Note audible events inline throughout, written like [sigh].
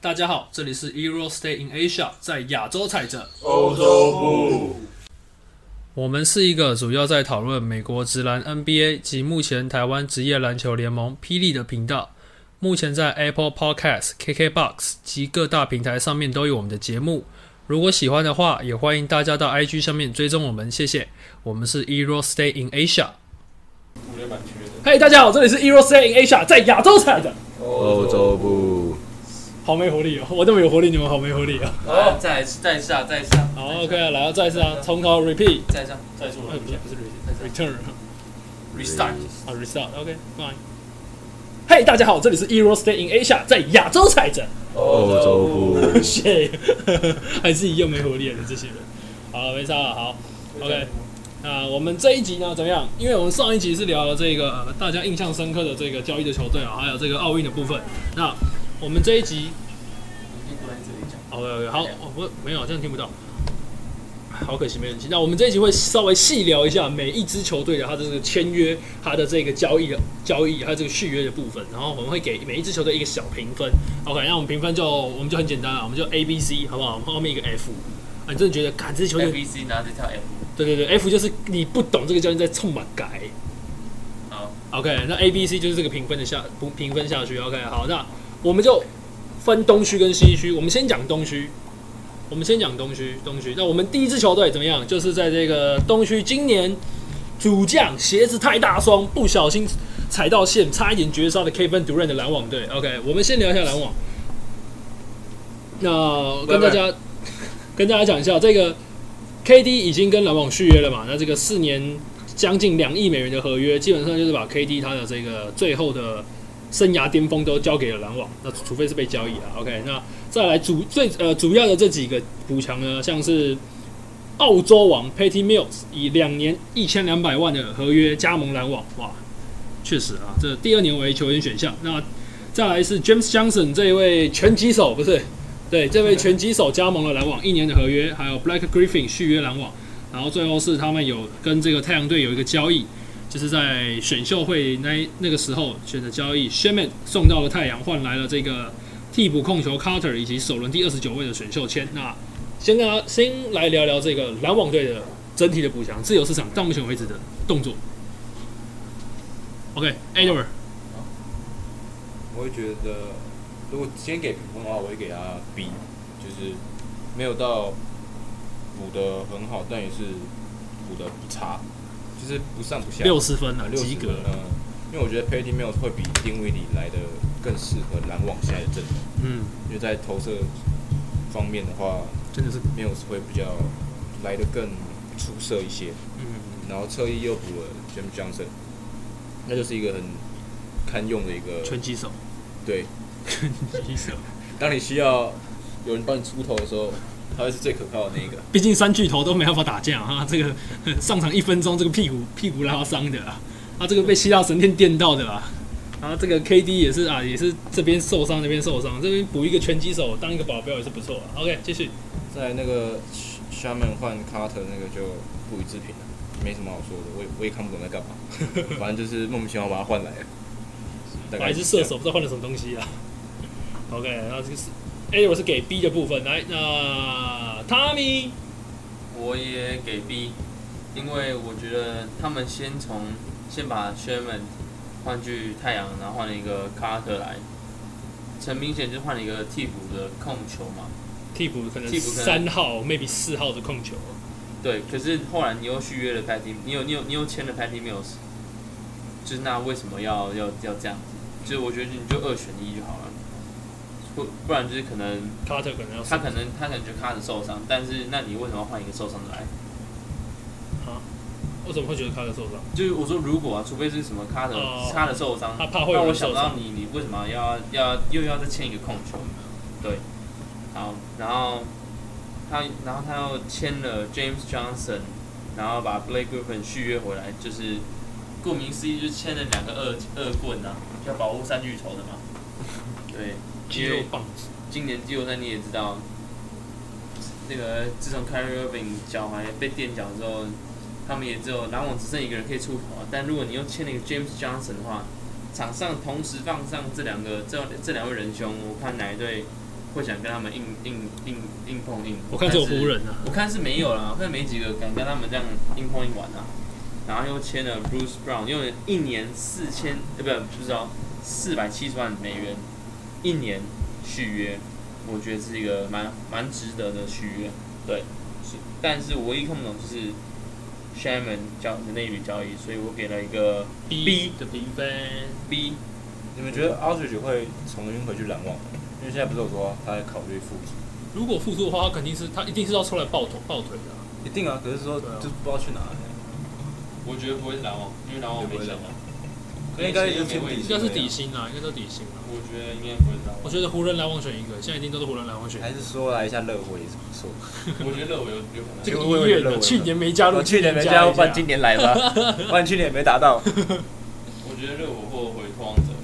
大家好，这里是 Euro Stay in Asia，在亚洲踩着。欧洲部，我们是一个主要在讨论美国职篮 NBA 及目前台湾职业篮球联盟霹雳的频道。目前在 Apple Podcast、KKBox 及各大平台上面都有我们的节目。如果喜欢的话，也欢迎大家到 IG 上面追踪我们，谢谢。我们是 Euro Stay in Asia。五连蛮缺的。嗨，大家好，这里是 Euro Stay in Asia，在亚洲踩着。欧洲部，好没活力哦！我这么有活力，你们好没活力哦！好，再来再下再下好，OK，来到再次啊，从头 repeat，再啊下再说呃，了不是不是 repeat，return 啊 restart。 ，restart，OK，fine。嘿，大家好，这里是 Euro Stay in Asia，在亚洲踩着，欧洲部， [laughs] 谢， [laughs] 还是一样没活力啊的这些人。好了，没差了，好，OK。那我们这一集呢，怎么样？因为我们上一集是聊了这个、呃大家印象深刻的这个交易的球队啊，还有这个奥运的部分。那我们这一集你可以坐在这里讲。好，OK，好，我不没有，这样听不到，好可惜没人听。那我们这一集会稍微细聊一下每一支球队的它的这个签约、它的这个交易的交易，还有这个续约的部分。然后我们会给每一支球队一个小评分。OK，那我们评分就我们就很简单了，我们就 A、B、C 好不好？我们后面一个 F。啊，你真的觉得，看这支球 A 队， B C 拿这条 F，E 对对对，F 就是你不懂这个教练在冲满改。好， OK，那 A、B、C 就是这个评分的下不评分下去。OK，好，那我们就分东区跟西区。我们先讲东区，我们先讲东区。东区，那我们第一支球队怎么样？就是在这个东区，今年主将鞋子太大双，不小心踩到线，差一点绝杀的 Kevin Durant 的篮网队。OK，我们先聊一下篮网。那跟大家跟大家讲一下，这个 KD 已经跟篮网续约了嘛？那这个四年将近两亿美元的合约，基本上就是把 KD 他的这个最后的生涯巅峰都交给了篮网。那除非是被交易啊，OK？那再来主最呃主要的这几个补强呢，像是澳洲王 Patty Mills 以两年一千两百万的合约加盟篮网，哇，确实啊，这第二年为球员选项。那再来是 James Johnson 这一位拳击手，不是对，这位拳击手加盟了篮网一年的合约，还有 Black Griffin 续约篮网，然后最后是他们有跟这个太阳队有一个交易，就是在选秀会那一那个时候选的交易 s h e m a n 送到了太阳，换来了这个替补控球 Carter 以及首轮第二十九位的选秀签。那先跟大家先来聊聊这个篮网队的整体的补强，自由市场到目前为止的动作。OK，Edward，、我会觉得，如果先给评分的话，我会给他 B，就是没有到补的很好，但也是补的不差，就是不上不下。六十分啊了，六及十格分了。嗯，因为我觉得 Patty Mills 会比丁威迪来的更适合篮网现在的阵容，嗯，因为在投射方面的话真的是， ，Mills 会比较来的更出色一些。嗯，然后侧翼又补了 James Johnson，那就是一个很堪用的一个。拳击手，对，拳击手。当你需要有人帮你出头的时候，他会是最可靠的那一个。毕竟三巨头都没办法打架啊， [laughs] 这个上场一分钟，这个屁股屁股拉伤的啊，啊这个被希腊神殿电到的啦，然后这个 KD 也是啊，也是这边受伤那边受伤，这边补一个拳击手当一个保镖也是不错、啊。OK，继续，在那个 Shaman 换 Carter 那个就不予置评了，没什么好说的。我也我也看不懂在干嘛， [laughs] 反正就是莫名其妙把他换来了。大概还是射手，不知道换了什么东西啊。OK，那这个是 A，我是给 B 的部分，来，那 Tommy，我也给 B，因为我觉得他们先从先把 Sherman 换去太阳，然后换了一个 Carter 来，很明显就换了一个替补的控球嘛。替补可能替补可能三号，maybe 四号的控球，对，可是后来你又续约了 Patty，你有你有你又签了 Patty Mills，就是那为什么要要要这样子？就是我觉得你就二选一就好了，不不然就是可能 Carter 可能要他可能他可能觉得卡着受伤，但是那你为什么要换一个受伤的来？啊，为什么会觉得 Carter 受伤？就是我说如果啊，除非是什么卡着哦卡着受伤，他怕会有那人我想受不伤到你你为什么要要又要再签一个控球？对，好，然后他然后他又签了 James Johnson，然后把 Blake Griffin 续约回来，就是顾名思义就签了两个恶恶棍啊，要保护三巨头的嘛。对，肌肉棒。今年季后赛你也知道，那个自从 Kyrie Irving 脚踝被垫脚之后，他们也只有篮网只剩一个人可以出头啊。但如果你又签了一个 James Johnson 的话，场上同时放上这两个这这两位仁兄，我看哪一队会想跟他们硬硬硬硬碰硬。我看只有但是湖人啊，我看是没有啦，我看没几个敢跟他们这样硬碰硬玩啊。然后又签了 Bruce Brown，用了一年四千，呃，不，不知道四百七十万美元，一年续约，我觉得是一个蛮蛮值得的续约。对，是，但是我唯一看不懂就是 Sherman 交的那一笔交易，所以我给了一个 B 的评分， B。你们觉得 Aldridge 会重新回去篮网吗？因为现在不是有说他在考虑复出，如果复出的话，他肯定是他一定是要出来抱头抱腿的啊、一定啊，可是说对啊就是不知道去哪里，我觉得不会是篮网，因为篮网没想到，应该就是没位应置。该是底薪啊，应该都底薪啊。我觉得应该不会是篮我网。觉得湖人篮网选一个，现在一定都是湖人篮网选一个。还是说来一下热火也是不错。我觉得热火有有可这能。个我一也月认的，为去年没加入，我去年没加入，不然今年 [laughs] 来吧，不然去年也没达到。我觉得热火或回拓王者，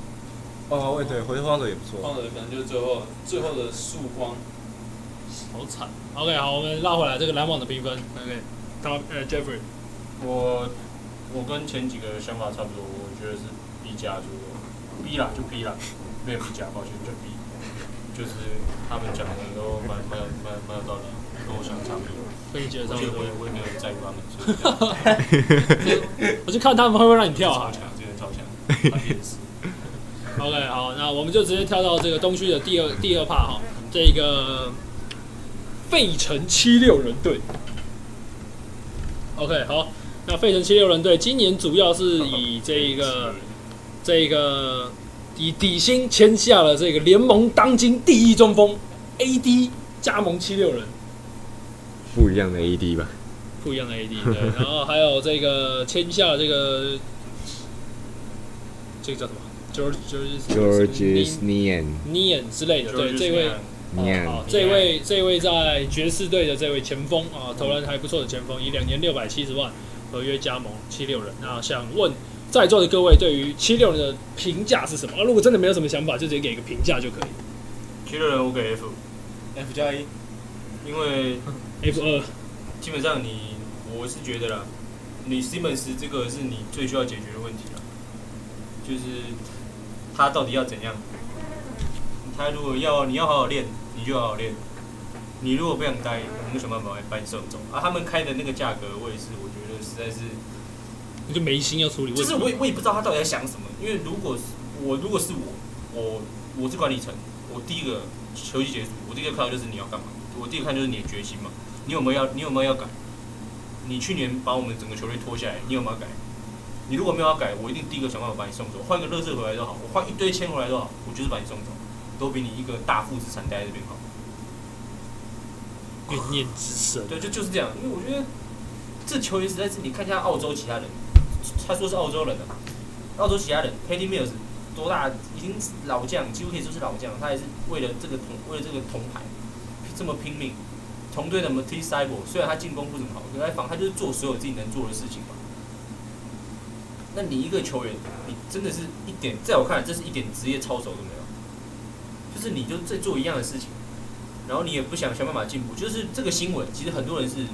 哦，对，回荒者也不拓错。王者可能就是最后最后的曙光。好惨。OK，好，我们拉回来这个篮网的评分。OK，他呃 Jeffrey，我我跟前几个想法差不多，我觉得是 B 加左右，B 啦就 B 啦，没有 B 加，抱歉就 B，就是他们讲的都蛮蛮有蛮蛮有道理，跟我想的差不多。跟你觉得我差觉不多得我也。我也没有在意他们，所以这样我就看他们会不会让你跳超啊。强，真的超 [laughs] 强，他也是。 OK，好，那我们就直接跳到这个东区的第二第二趴哈，这个费城七六人队。OK，好，那费城七六人队今年主要是以这一个这个以底薪签下了这个联盟当今第一中锋 AD 加盟七六人，不一样的 E AD 吧。不一样的 AD 对，然后还有这个签下了这个这个叫什么 George George s n e a n Nian 之类的，对，就是这位。 n e a 哦 n，这位这位在爵士队的这位前锋啊，投篮还不错的前锋，以两年六百七十万合约加盟七六人。那想问在座的各位对于七六人的评价是什么？啊，如果真的没有什么想法，就直接给一个评价就可以。七六人我给 F， F 加一，因为 F 二基本上你，我是觉得啦，你 Simmons 这个是你最需要解决的问题啦，就是他到底要怎样？他如果要你要好好练，你就好好练。你如果不想待，我们就想办法把你送走。啊，他们开的那个价格，我也是，我觉得实在是，你就没心要处理就问是题。我也我也不知道他到底在想什么。因为如果是我如果是我，我我是管理层，我第一个球季结束，我第一个看到就是你要干嘛，我第一个看就是你的决心嘛，你有没有要你有没有要改？你去年把我们整个球队拖下来，你有没有改？你如果没有要改，我一定第一个想办法把你送走，换一个乐色回来都好，我换一堆签回来都好，我就是把你送走，都比你一个大副资产待在这边好。怨念之神，对，就就是这样，因为我觉得这球员实在是，你看一下澳洲其他人，他说是澳洲人啊，澳洲其他人 p a t t y Mills 多大，已经是老将，几乎可以说是老将，他也是为了这个铜，为了这个铜牌这么拼命。同队的 m a t i s i b e 虽然他进攻不怎么好，可是他防他就是做所有自己能做的事情嘛。那你一个球员，你真的是一点，在我看来，这是一点职业操守都没有，就是你就在做一样的事情。然后你也不想想办法进步，就是这个新闻，其实很多人是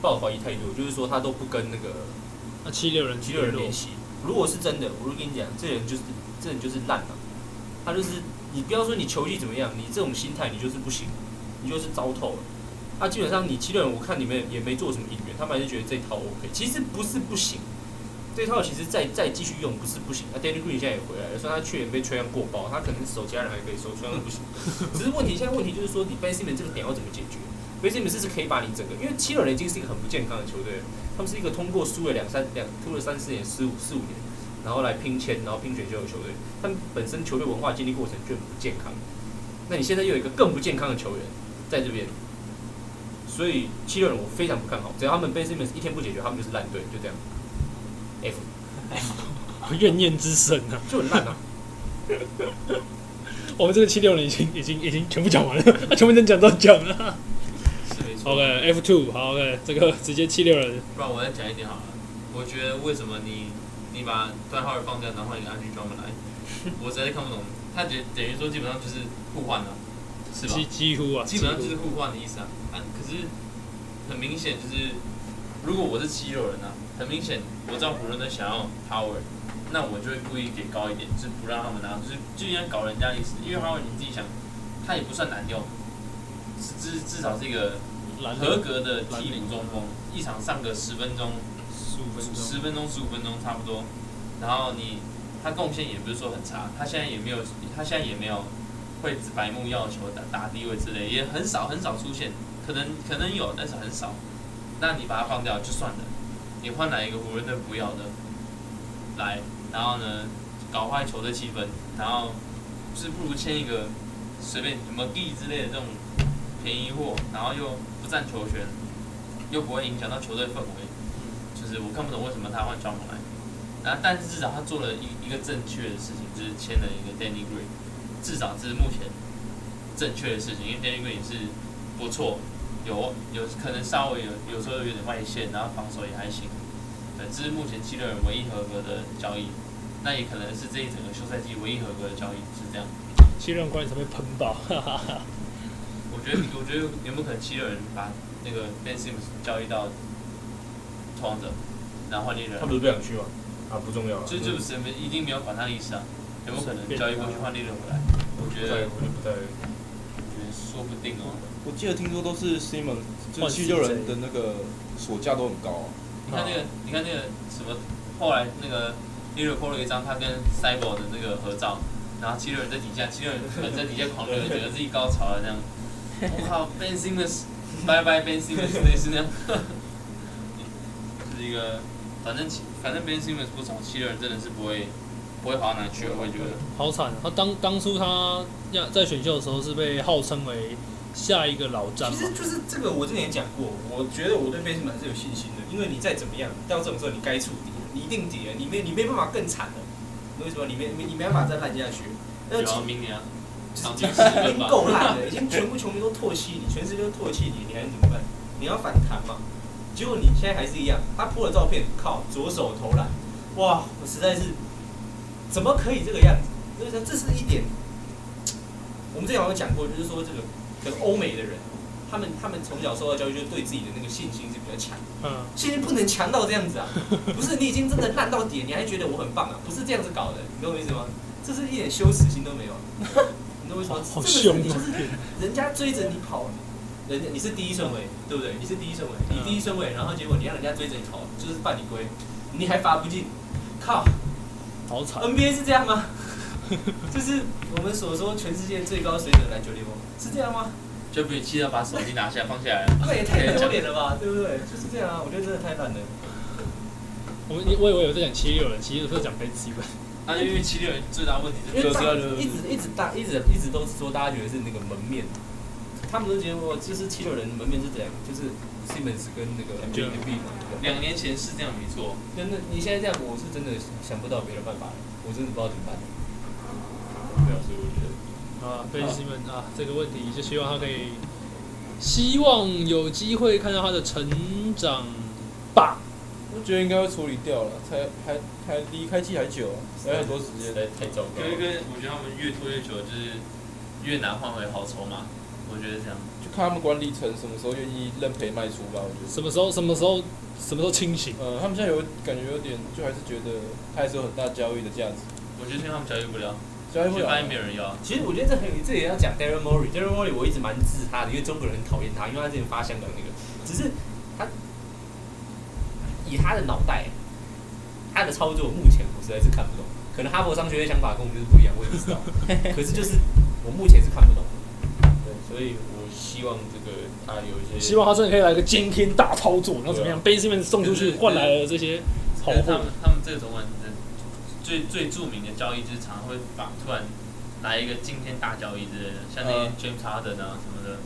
抱怀疑态度，就是说他都不跟那个那七六人七六人联联络系。如果是真的，我就跟你讲，这人就是这人就是烂了、他就是你不要说你球技怎么样，你这种心态你就是不行，你就是糟透了。啊，基本上你七六人，我看你们也没做什么应援，他们还是觉得这一套 OK。其实不是不行，这一套其实再再继续用不是不行。那 Danny Green 现在也回来了，虽然他去年被吹样过爆，他可能手其他人还可以收，吹样不行。只是问题现在问题就是说，你 Ben Simmons 这个点要怎么解决？Ben Simmons 是可以把你整个，因为七六人已经是一个很不健康的球队了，他们是一个通过输了两三两输了三四年、四五四五年，然后来拼签，然后拼选秀的球队，他们本身球队文化建立过程就很不健康。那你现在又有一个更不健康的球员在这边，所以七六人我非常不看好，只要他们 Ben Simmons 一天不解决，他们就是烂队，就这样，F [laughs] 怨念之神啊！就很烂啊。我们这个七六人已经已经已经全部讲完了， [laughs] 全部能讲都讲了。是没错。 OK F two 好 OK 这个直接七六人不然我再讲一点好了。我觉得为什么你你把段浩尔放掉，然后换一个安居专门来，我实在是看不懂。他等等于说基本上就是互换了、是吧几？几乎啊，基本上就几是乎互换的意思啊。啊，可是很明显就是，如果我是七六人啊，很明显我知道湖人队想要 Howard，那我就会故意给高一点，就是不让他们拿，就是就应该搞人家意思。因为 Howard 你自己想，他也不算难用，至至少是一个蓝合河格的替补中锋，一场上个十分钟、十五分钟，十分钟、十五分钟差不多。然后你他贡献也不是说很差，他现在也没有，他现在也没有会白目要球打打低位之类，也很少很少出现，可能可能有，但是很少。那你把它放掉就算了，你换来一个湖人队不要的，来，然后呢搞坏球队气氛，然后就是不如签一个随便什么 D 之类的这种便宜货，然后又不占球权，又不会影响到球队氛围。就是我看不懂为什么他换小马来，然后但是至少他做了一一个正确的事情，就是签了一个 Danny Green，至少这是目前正确的事情，因为 Danny Green 也是不错，有有可能稍微有有时候有点外线，然后防守也还行，对，这是目前七六人唯一合格的交易，那也可能是这一整个休赛季唯一合格的交易是这样。七人管理层被喷爆，哈哈哈。我觉得，我觉得有没有可能七六人把那个 Ben Simmons 交易到拓荒者，然后换猎人 [laughs] 他？不是不想去吗？啊，不重要了。就就什么一定没有管他的意思啊，有没有可能交易过去换利润回来？我不觉太，得，我就不太。我觉得说不定哦。我记得听说都是 Simon，就换七六 CJ 人的那个索价都很高、啊，你看那个，你看那个什么，后来那个利润 po 了一张他跟 Cyber 的那个合照，然后七六人在底下，七六人可能在底下狂热，觉得自己高潮了这样。我靠，Ben Simmons，拜拜 Ben Simmons，类似那样， [laughs] 就是一个，反正其反正 Ben Simmons 不从七六人真的是不会不会好到哪去，我会觉得。好惨、啊！他当当初他要在选秀的时候是被号称为下一个老詹其嘛，实就是这个，我之前也讲过，我觉得我对 b a s e m a n 是有信心的，因为你再怎么样，到这种时候你该触底了，你一定底了，你没你没办法更惨了，你为什么？你没没你没办法再烂下去。那有其啊，明年啊，场已均经十分吧。 [laughs] 够烂了，已经全部球迷都唾弃你，全世界都唾弃你，你还能怎么办？你要反弹嘛。结果你现在还是一样，他 p 了照片，靠，左手投篮，哇，我实在是怎么可以这个样子？就是说这是一点，我们之前好像讲过，就是说这个这个欧美的人，他们他们从小受到教育，就对自己的那个信心是比较强。嗯，现在不能强到这样子啊！ [laughs] 不是你已经真的烂到底了，你还觉得我很棒啊？不是这样子搞的，你懂我意思吗？这是一点羞耻心都没有，啊你懂我意思吗？好这个是凶哦就是人家追着你跑，人家你是第一顺位，对不对？你是第一顺位，嗯你第一顺位，然后结果你让人家追着你跑，就是犯你规，你还罚不进，靠好惨！ ！NBA 是这样吗？ [laughs] 就是我们所说全世界最高水准的篮球联盟是这样 [laughs] 吗？就被气到把手机拿下放下来了。那也太啊丢脸了吧，对不对？就是这样啊，我觉得真的太烂了。我们我以为有在讲七六人，其实是讲 Ben s i m m o 那啊因为七六人最大问题因是为得大失家了，一直一直大一直一直都是说大家觉得是那个门面，他们都觉得我就是七六人门面是怎样，就是 Simmons 跟那啊个 Embiid MB 嘛。对不对两年前是这样没错，那那你现在这样，我是真的想不到别的办法了，我真的不知道怎么办。对啊，所以我觉得。啊，Ben s i m m o n 啊，这个问题就希望他可以，希望有机会看到他的成长吧。我觉得应该会处理掉了，才还还离开季还久、啊，还有很多时实间。在太糟糕有一了。个我觉得他们越拖越久，就是越难换回好筹码。我觉得这样，就看他们管理层什么时候愿意认赔卖出吧。我觉什得，么时候？什么时候？什么时候清醒？呃，他们现在有感觉有点，就还是觉得他还是有很大交易的价值，我觉得他们交易不了，交易就不了发啊。现没有人要。其实我觉得这很有这也要讲 Daryl Morey。Daryl Morey 我一直蛮治他的，因为中国人很讨厌他，因为他之前发香港那个，只是他以他的脑袋，他的操作目前我实在是看不懂。可能哈佛商学院想法跟我们就是不一样，我也不 [laughs] 知道。可是就是我目前是看不懂。对，所以我希望这个他有一些希望他真的可以来个惊天大操作，然后怎么样？Ben s i m m o n 送出去对对换来了这些好但啊是他货们，他们这个总管的最最著名的交易就是常常会把突然来一个惊天大交易之类的，像那些嗯 James Harden 啊什么的，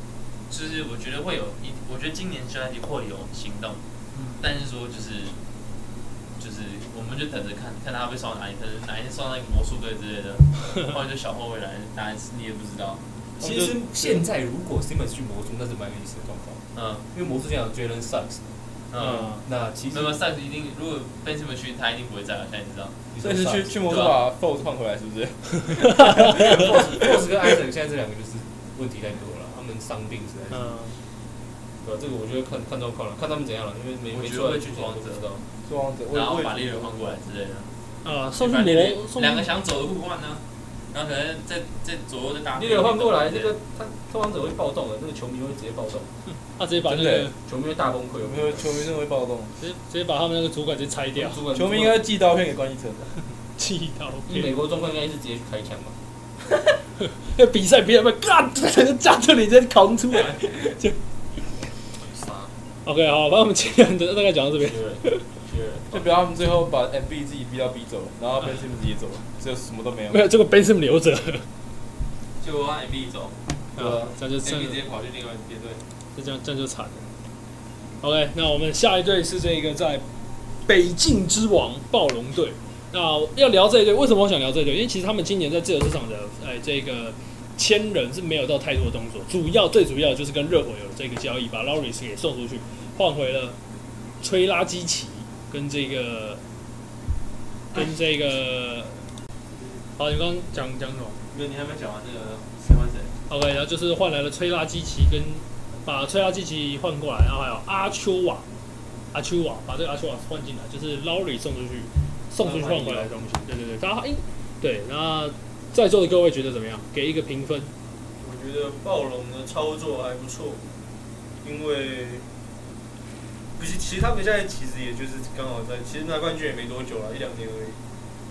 就是我觉得会有一，我觉得今年休赛季会有行动，嗯但是说就是就是我们就等着看看他被送到哪里，可能哪一天送到一个魔术队之类 [laughs] 的，或者就小后卫来，哪一次你也不知道，其实现在如果 Simmons 去魔术，那是蛮有意思的状况，嗯因为魔术现在有 Jalen Suggs，嗯。那其实那么赛季一定，如果 Ben Simmons 去，他一定不会在了。现在你知道，所以是去去魔术把 f o 换回来，是不是？ Boss 跟 Isaac 现在这两个就是问题太多了，他们伤病实在是。嗯，对、啊，这个我觉得看看状况了，看他们怎样了，因为没我没觉得出来会之去前王都不者知道。这样子，我然后也把我利也润换过来之类的。呃，送去反正魔，送两个想走的互换呢，然后可能在在左右再搭配你一点东得西。换过来，那个他通常者会暴动的，那个球迷会直接暴动，他啊直接把那真的个耶球迷会大崩溃。有没有球迷真的会暴动？直接直接把他们那个主管直接拆掉，主 [laughs] 管？球迷应该寄刀片给关一成，气到以扁美国状况应该是直接去开枪嘛。那比赛比赛被干， [laughs] 架这里直接扛出来。杀 OK，好，反正我们今天大概讲到这边。就不要他们最后把 MB 自己逼到逼走，然后 Ben Simmons 自己走，就什么都没有没。有，这个 Ben Sim 留着，就我让 MB 走 [laughs] 对啊这样就，MB 真直的接跑去另外一边队。这样这样就惨了。OK，那我们下一队是这个在北境之王暴龙队。那要聊这一队，为什么我想聊这一队？因为其实他们今年在自由市场的呃这个签人是没有到太多的动作，主要最主要就是跟热火有这个交易，把 l a u r i s 给送出去，换回了吹拉基奇跟这个跟这个。好，你刚刚讲讲什么？没有，你还没讲完那个喜欢谁？ OK，然后就是换来了崔拉基奇跟把崔拉基奇换过来，然后还有阿丘瓦，阿丘瓦把这个阿丘瓦换进来，就是劳里送出去，送出去换回来的东西。对对对，大家应对。那在座的各位觉得怎么样？给一个评分。我觉得暴龙的操作还不错，因为不是，其实他们现在其实也就是刚好在，其实拿冠军也没多久了，一两年而已。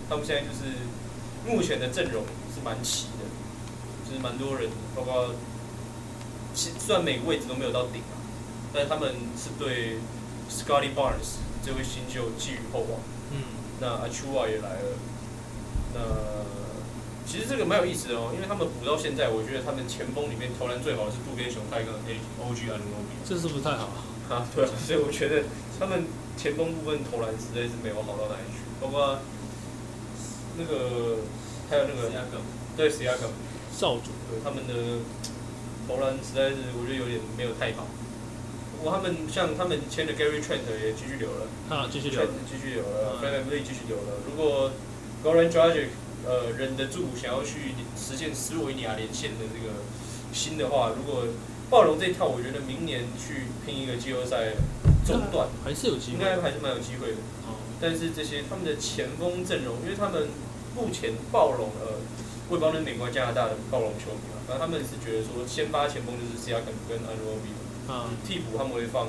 他们现在就是目前的阵容是蛮齐的，就是蛮多人的，包括其虽然每个位置都没有到顶啊，但他们是对 Scotty Barnes 这位新秀寄予厚望。嗯，那阿丘瓦也来了。那其实这个蛮有意思的哦，因为他们补到现在，我觉得他们前锋里面投篮最好的是渡边雄太跟 A O G 阿努诺比这是不是太好？啊，对啊，所以我觉得他们前锋部分投篮实在是没有好到哪里去，包括那个还有那个斯亚克对史亚克，少主对他们的投篮实在是我觉得有点没有太好。不过他们像他们签的 Gary Trent 也继续留了。啊，继续聊确。实继续有了嗯 f a n v l y 继续有了。如果 Goran Dragic 呃忍得住，想要去实现斯洛文尼亚啊连线的这个新的话，如果暴龙这一套，我觉得明年去拼一个季后赛中段，还是有机应会。该还是蛮有机会的。哦，但是这些他们的前锋阵容，因为他们目前暴龙呃，我也不知道那是美国还是加拿大的暴龙球迷啊，反正他们是觉得说先发前锋就是 C R 肯跟 a n u o b 啊，替补他们会放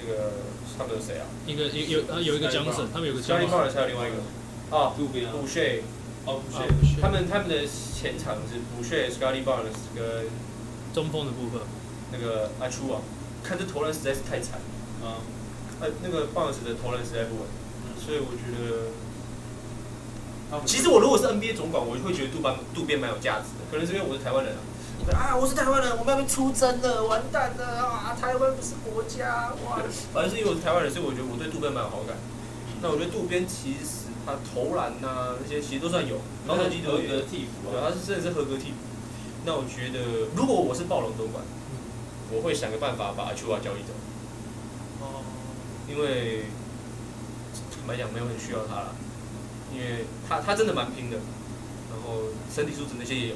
那个他们有谁啊？一个有有啊有一个江省，他们有个加江利省。鲍尔还有另外一个啊，渡边啊，补税，哦不啊是，不是他们他们的前场是补税 Scotty Barnes 跟中锋的部分，那个阿丘啊，看这投篮实在是太惨了，嗯，呃，那个 Barnes 的投篮实在不稳，所以我觉得，他们其实我如果是 NBA 总管，我会觉得杜班渡边蛮有价值的，可能是因为我是台湾人啊。啊！我是台湾人，我们要被出征了，完蛋了啊！台湾不是国家， [laughs] 哇！反正是因为我是台湾人，所以我觉得我对渡边蛮有好感。那我觉得渡边其实他投篮呐、那些其实都算有，然防后他守技们巧有也一个替补对，啊，他是真的是合格替补。那我觉得，如果我是暴龙总管，我会想个办法把阿丘瓦交易走，哦，因为坦白讲没有很需要他了，因为他他真的蛮拼的，然后身体素质那些也有，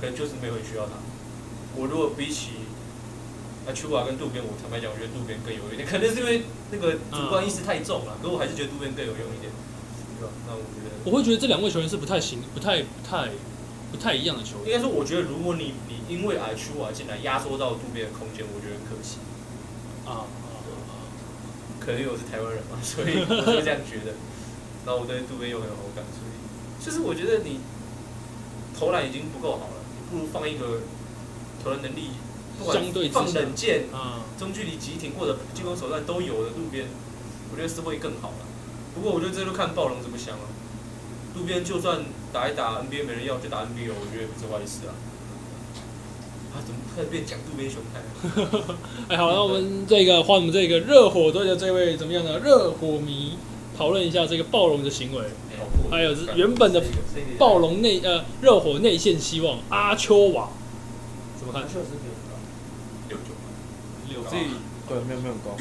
可能就是没有很需要他。我如果比起阿丘瓦跟渡边，我坦白讲，我觉得渡边更有用一点，可能是因为那个主观意识太重了，可我还是觉得渡边更有用一点，对吧？那我觉得。我会觉得这两位球员是不太行，不太不太不太一样的球员。应该说，我觉得如果你你因为 I 区瓦进来压缩到渡边的空间，我觉得很可惜。啊可能因为我是台湾人 [laughs] 嘛，所以我是这样觉得。然后我对渡边又很有好感，所以就是我觉得你投篮已经不够好了，你不如放一个投篮能力不管相对之下放冷箭、啊啊！中距离急停或者进攻手段都有的渡边，我觉得是会更好了。不过我觉得这就看暴龙怎么想了、渡边就算打一打 NBA 没人要，就打 NBA 哦我觉得也不是坏事啊。啊，怎么开始变讲渡边雄太啊了？哎，好，那我们这个换我们这个热火队的这位怎么样呢？热火迷讨论一下这个暴龙的行为，还有是哎原本的暴龙内呃热火内线希望阿丘瓦怎么看？六九。我 [laughs] 自己对没有没有很高，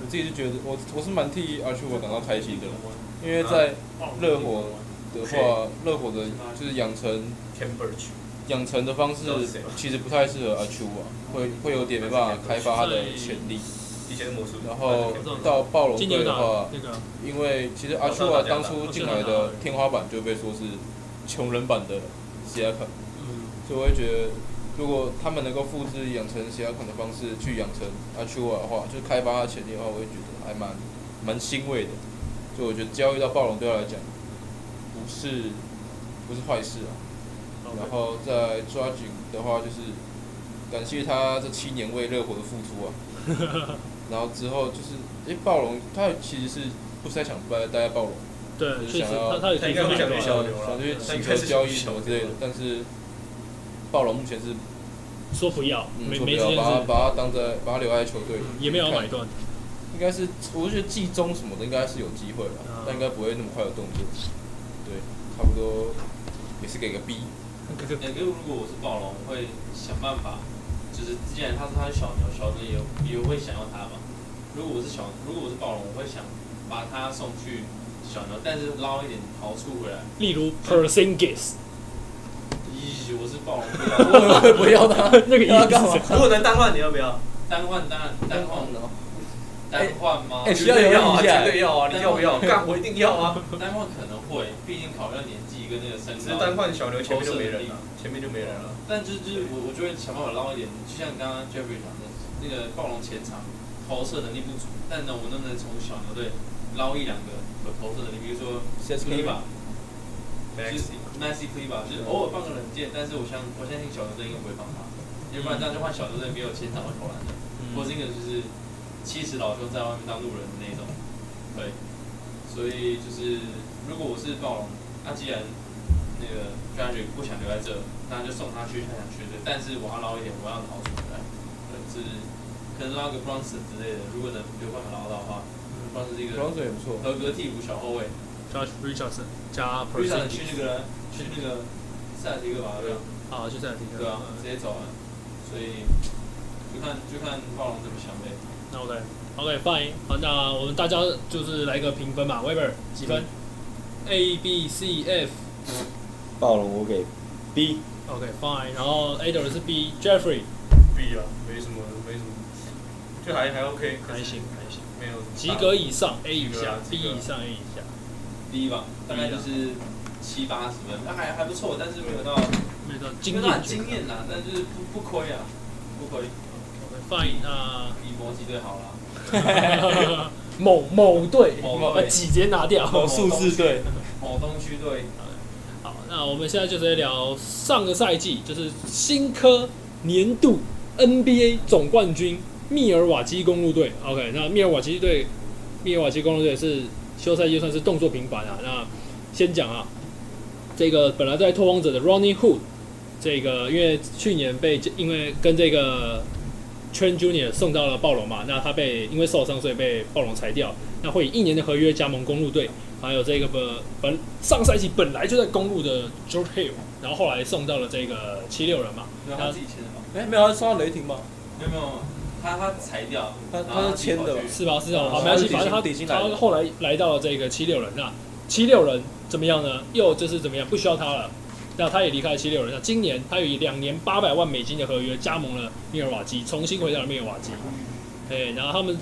我自己就觉得我我是蛮替阿丘我感到开心的，因为在热火的话，热火的就是养成 Cambridge 养成的方式其实不太适合阿丘啊，会会有点没办法开发他的潜 [laughs] 力。以前的魔术，然后到暴龙今年队有的打话，那个因为其实阿丘瓦当初进来的天花板就被说是穷人版的希尔肯，嗯，所以我会觉得，如果他们能够复制养成希尔肯的方式去养成阿丘瓦的话，就是开发他的潜力的话，我会觉得还蛮蛮欣慰的。所以我觉得交易到暴龙对他来讲不是不是坏事啊。然后再抓紧的话，就是感谢他这七年为热火的付出啊。 [laughs] 然后之后就是，诶，暴龙他其实是不是太想待待在暴龙，啊对，确实，他他也他应该不会想去小小牛了想，去他应请该求是交易什小么之类的，但是暴龙目前是说不要，嗯没做不没这了，件把他事，把他当在把他留在球队里，也没有要买断。应该是我觉得季中什么的应该是有机会嗯啊了，但应该不会那么快有动作。对，差不多也是给个 B，哎、可是如果我是暴龙，我会想办法，就是既然他是他是小牛，小牛也也会想要他嘛。如果我是小，如果我是暴龙，我会想把他送去小牛，但是捞一点好处回来。例如 Persingis 咦，我是暴龙，我会不要他， [laughs] 那个意要思嗯干嘛是，？如果能单换，你要不要？单换当然单 [laughs] 换的。单换吗？哎需绝要犹豫对要啊，一下绝对要啊！你要不要？干，我一定要啊！单换可能会，毕竟考虑到年纪跟那个身只高。是单换小牛前面就没人了，前面就没人了。但就是就是我我就会想办法捞一点，就像刚刚 Jeffrey 讲的，那个暴龙前场投射能力不足，但呢，我能不能从小牛队捞一两个有投射能力，比如说 CS c l e v a 就是 Maxi Max c l e v a 就是偶尔放个冷箭，但是我相我相信小牛队应该不会放他，要不然这样就换小牛队没有前场会投篮的，或是一个就是七十老兄在外面当路人的那种，对，所以就是如果我是暴龙，那既然那个 d r a g 不想留在这，那就送他去他想去的。但是我要捞一点，我要逃出来，对，是可能捞个 Bronson 之类的，如果能有办法捞到的话，Bronson 是一个双水也不错。合格替补小后卫， Josh Richardson 加不想去 Persingis 那个去那个塞尔提克吧，对吧？啊，就这样听。对啊，直接走啊，所以就看就看暴龙怎么想呗。那 OK OK fine，好，那我们大家就是来个评分吧，Weber 几分？A B C F 暴龙我给 B， OK fine，然后 Adler 是 B，Jeffrey B 啊，没什么，没什么，就还还 OK，可是还行还行，没有及格以上 A 以及格下啊，B 及格啊以上 A 以下，第一吧，大概就是七八十分，那还还不错，但是没有到那个没经有到验很惊艳啦，但是不不亏啊，不亏， fine 那 [laughs] 比搏击队好 [laughs] 啦。某某队某把队几节拿掉。某数字队，某东区 [laughs] 队，好，那我们现在就是来聊上个赛季，就是新科年度 NBA 总冠军密尔瓦基公路队。OK，那密尔瓦基队，密尔瓦基公路队是休赛季算是动作频繁啊。那先讲啊，这个本来在拓荒者的 Ronnie Hood，这个因为去年被因为跟这个 Trent Junior 送到了暴龙嘛，那他被因为受伤所以被暴龙裁掉，那会以一年的合约加盟公路队。还有这个本本上赛季本来就在公路的 George Hill，然后后来送到了这个七六人嘛，对，他自己签的 [laughs] 嘛？哎、没有，他刷到雷霆吗？没有没有，他他裁掉，他然后他是自己签的跑吧去？是吧？是吧？嗯好，没关系，底薪反正他底薪来他的后来来到了这个七六人，那七六人怎么样呢？又就是怎么样，不需要他了。那他也离开了七六人，那今年他有以两年八百万美金的合约加盟了密尔瓦基，重新回到了密尔瓦基。对，然后他们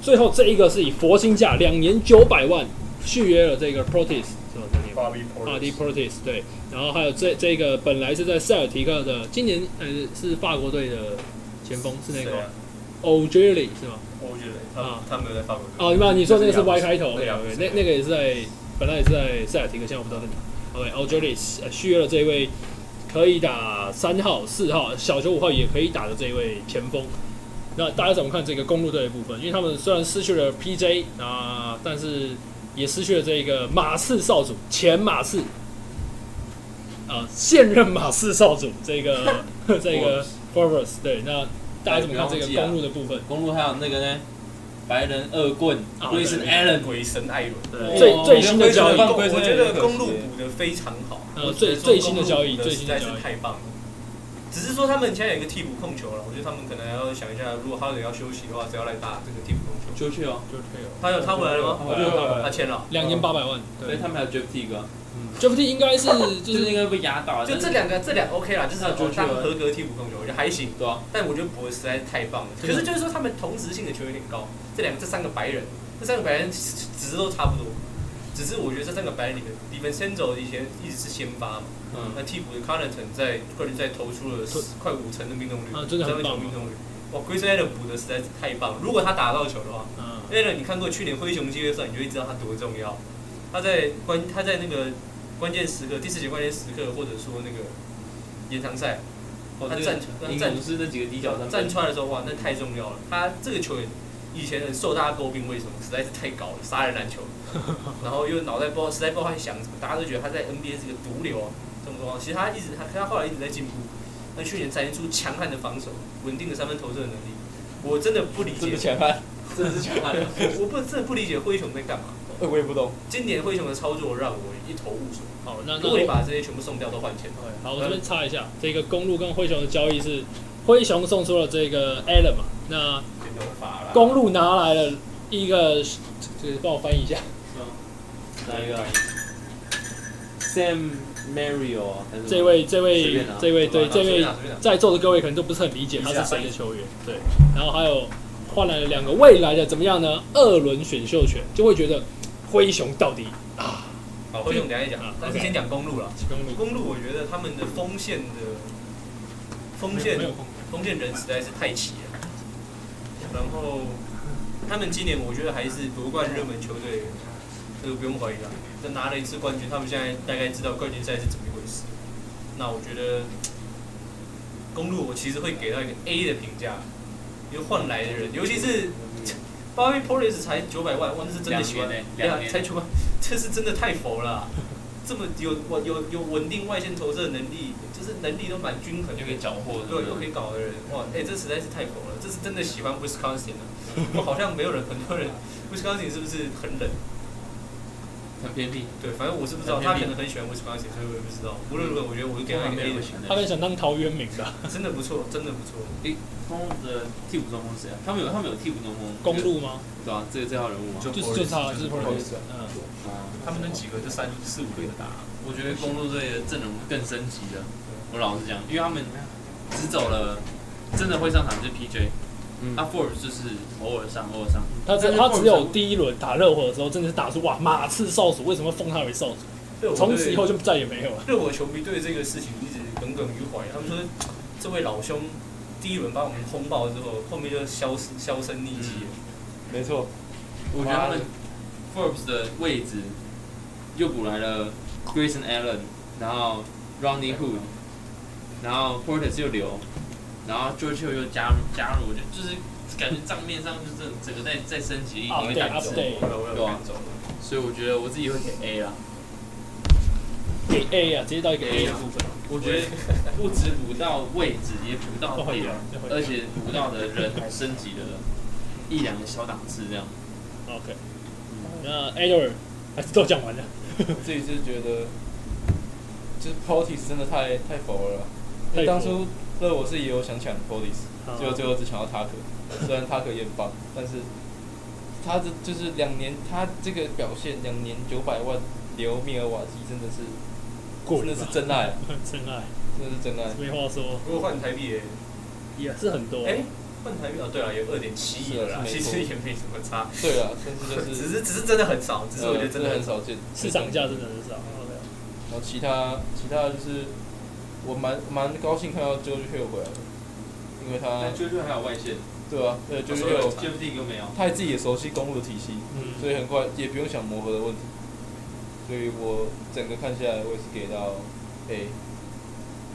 最后这一个是以佛心价两年九百万续约了这个 Protis，是吧？这个 Bobby p r 迪啊 Portis 对，然后还有这这个本来是在塞尔提克的，今年呃是法国队的前锋是那个啊吗 O'Jerry 是吗？我觉得啊他他没有在法国队。哦，你们你说那个是 Y 开头，对对啊对，那那个也是在本来也是在塞尔提克，现在我不知道在哪。OK，o j e r i 续约了这一位可以打三号、四号、小球五号也可以打的这一位前锋。那大家怎么看这个公路队的部分？因为他们虽然失去了 PJ 啊、但是也失去了这个马刺少主前马刺啊、现任马刺少主这个 [laughs] 这个 Forbes 对，那大家怎么看这个公路的部分？公路还有那个呢，白人恶棍啊 Grayson 对 Allen，鬼神艾伦，对最最新的交易我我觉得公路补的非常好，呃我最觉得最新的交易公路补得实在是最新的交易太棒了。只是说他们现在有一个替补控球了，我觉得他们可能还要想一下，如果哈登要休息的话，谁要来打这个替补控球？就去哦，他有他回来了吗？回来了他签了。两千八百万，嗯所以对他们还有 Jeff T 哥， ，Jeff T 应该是就就是是那个被压倒了，就这两个，这两个 OK 啦，就是那哦就去当了合格替补控球，我觉得还行。对啊，但我觉得博实在是太棒了。可真的是就是说，他们同时性的球有点高，这两个这三个白人，这三个白人值都差不多。只是我觉得在这个白人里面 d i v i n c e n z o 以前一直是先发嘛，嗯嗯那替补的 Connaughton 在快率在投出了快五成的命中率，啊真的很棒啊三分球命中率。哇，Chris Allen 补的实在是太棒了，如果他打到球的话嗯， ，Allen 你看过去年灰熊系列赛，你就会知道他多重要。他在关他在那个关键时刻，第四节关键时刻，或者说那个延长赛，哦他这个站他英站勇士那几个底角三站分，出来的时候，哇，那太重要了。他这个球员以前很受大家诟病，为什么？实在是太高了，杀人篮球。然后又脑袋不知道，实在不知道他在想什么，大家都觉得他在 NBA 是个毒瘤啊，这么说。其实他一直他他后来一直在进步，那去年展现出强悍的防守、稳定的三分投射的能力。我真的不理真解的，强悍，真的是强悍。我不真的不理解灰熊在干嘛。呃我也不懂。今年灰熊的操作让我一头雾水。好，那那如果你把这些全部送掉都换钱，好，我这边插一下，这个公路跟灰熊的交易是灰熊送出了这个 Allen 嘛，那剪头发啦，公路拿来了一个，这个帮我翻译一下，哪一个啊？Sam Mario 啊还是什么这位这随位便拿这随位便对拿这随位便拿随便拿在座的各位可能都不是很理解他是谁的球员，对，然后还有换来了两个未来的怎么样呢？二轮选秀权，就会觉得灰熊到底好，灰熊等一下讲啊，但是 OK 先讲公路了。公路公路我觉得他们的锋线的锋线没有空锋线人实在是太齐了。然后他们今年我觉得还是夺冠热门球队，这个不用怀疑了。这拿了一次冠军，他们现在大概知道冠军赛是怎么一回事。那我觉得公路我其实会给到一个 A 的评价，因为换来的人，尤其是 Bobby Portis 才九百万，哇，那是真的喜欢两年欸对啊两年才九百，这是真的太佛了啊、这么有我有有稳定外线投射的能力，就是能力都蛮均衡的，有个缴获的，对，又可以搞的人，哇，哎、这实在是太狗了，这是真的喜欢 Wisconsin 的、我好像没有人，很多人 Wisconsin 是不是很冷？很偏僻，对，反正我是不知道，他可能很喜欢 Wisconsin，所以我也不知道。无论如何，我觉得我就给他一个 A 的，他们想当陶渊明的真的不错，真的不错。公路的替补中锋是谁啊？他们有他们有替补中锋，公路吗？对吧？这个这号人物吗？哦就是就是他，就是 p o r i s 嗯，他们那几个就三四五个打，啊我觉得公路队的阵容更升级了。我老实讲，因为他们只走了真的会上场就是 PJ，嗯阿 Forbes 就是偶尔上，偶尔上。他只但是他只有 Forbes- 第一轮打热火的时候，真的是打出哇马刺少主为什么封他为少主？哦从此以后就再也没有了。热火球迷对这个事情一直耿耿于怀，他们说这位老兄第一轮把我们轰爆之后，后面就销声销声匿迹了。没错，我觉得他们 Forbes 的位置又补来了 Grayson Allen，然后 Ronnie Hood，然后 Portis 又留，然后 George Hill 又加入加入，我觉得就是感觉账面上就是整个在在升级一个一个 update 档次，啊 update 我有我有感走了。所以我觉得我自己会给 A [laughs] 啦。给 A 啊，直接到一个 A 的部分。我觉得不止补到位置，也补到会点的，会的而且补到的人还升级了一两个小档次这样。 OK，那 Edward 还是都讲完了。我自己是觉得，就是 Portis 真的太太佛了啦。太佛哎当初热火是也有想抢 Portis，啊结果最后只抢到塔克。虽然塔克也很棒，但是他这就是两年，他这个表现两年九百万留密尔瓦基真的是，滚真的吧是真爱啊， [laughs] 真爱，真的是真爱。没话说，如果换台币也也是很多。哎，换台币哦，对了，有二点七亿了啦，是其没错实也没什么差，对啊，但是就只是，是只是真的很少， [laughs] 只是我觉得真的呃很很少。少见。市场价真的很少。哦然后其他其他就是，我蛮蛮高兴看到 George Hill 回来了，因为他但 JoJo 还有外线对啊，对 George Hill ，Jeff D 又没有。他也自己也熟悉公路的体系，嗯所以很快也不用想磨合的问题。所以我整个看下来，我也是给到 A。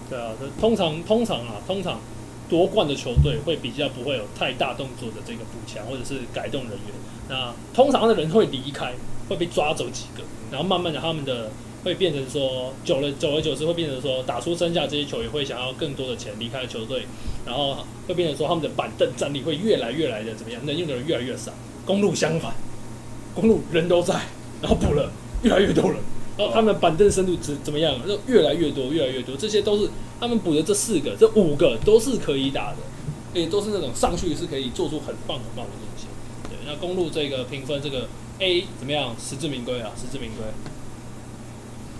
对啊，这通常通常啊，通常夺冠的球队会比较不会有太大动作的这个补强或者是改动人员。那通常的人会离开，会被抓走几个，然后慢慢的他们的会变成说，久了久而久之会变成说，打出身价这些球员会想要更多的钱离开球队，然后会变成说他们的板凳战力会越来越来的怎么样，能用的人越来越少。公路相反，公路人都在，然后补了越来越多人，然后他们的板凳深度怎怎么样，就越来越多，越来越多，这些都是他们补的这四个、这五个都是可以打的，也都是那种上去是可以做出很棒很棒的东西。对，那公路这个评分这个 A 怎么样？实至名归啊，实至名归。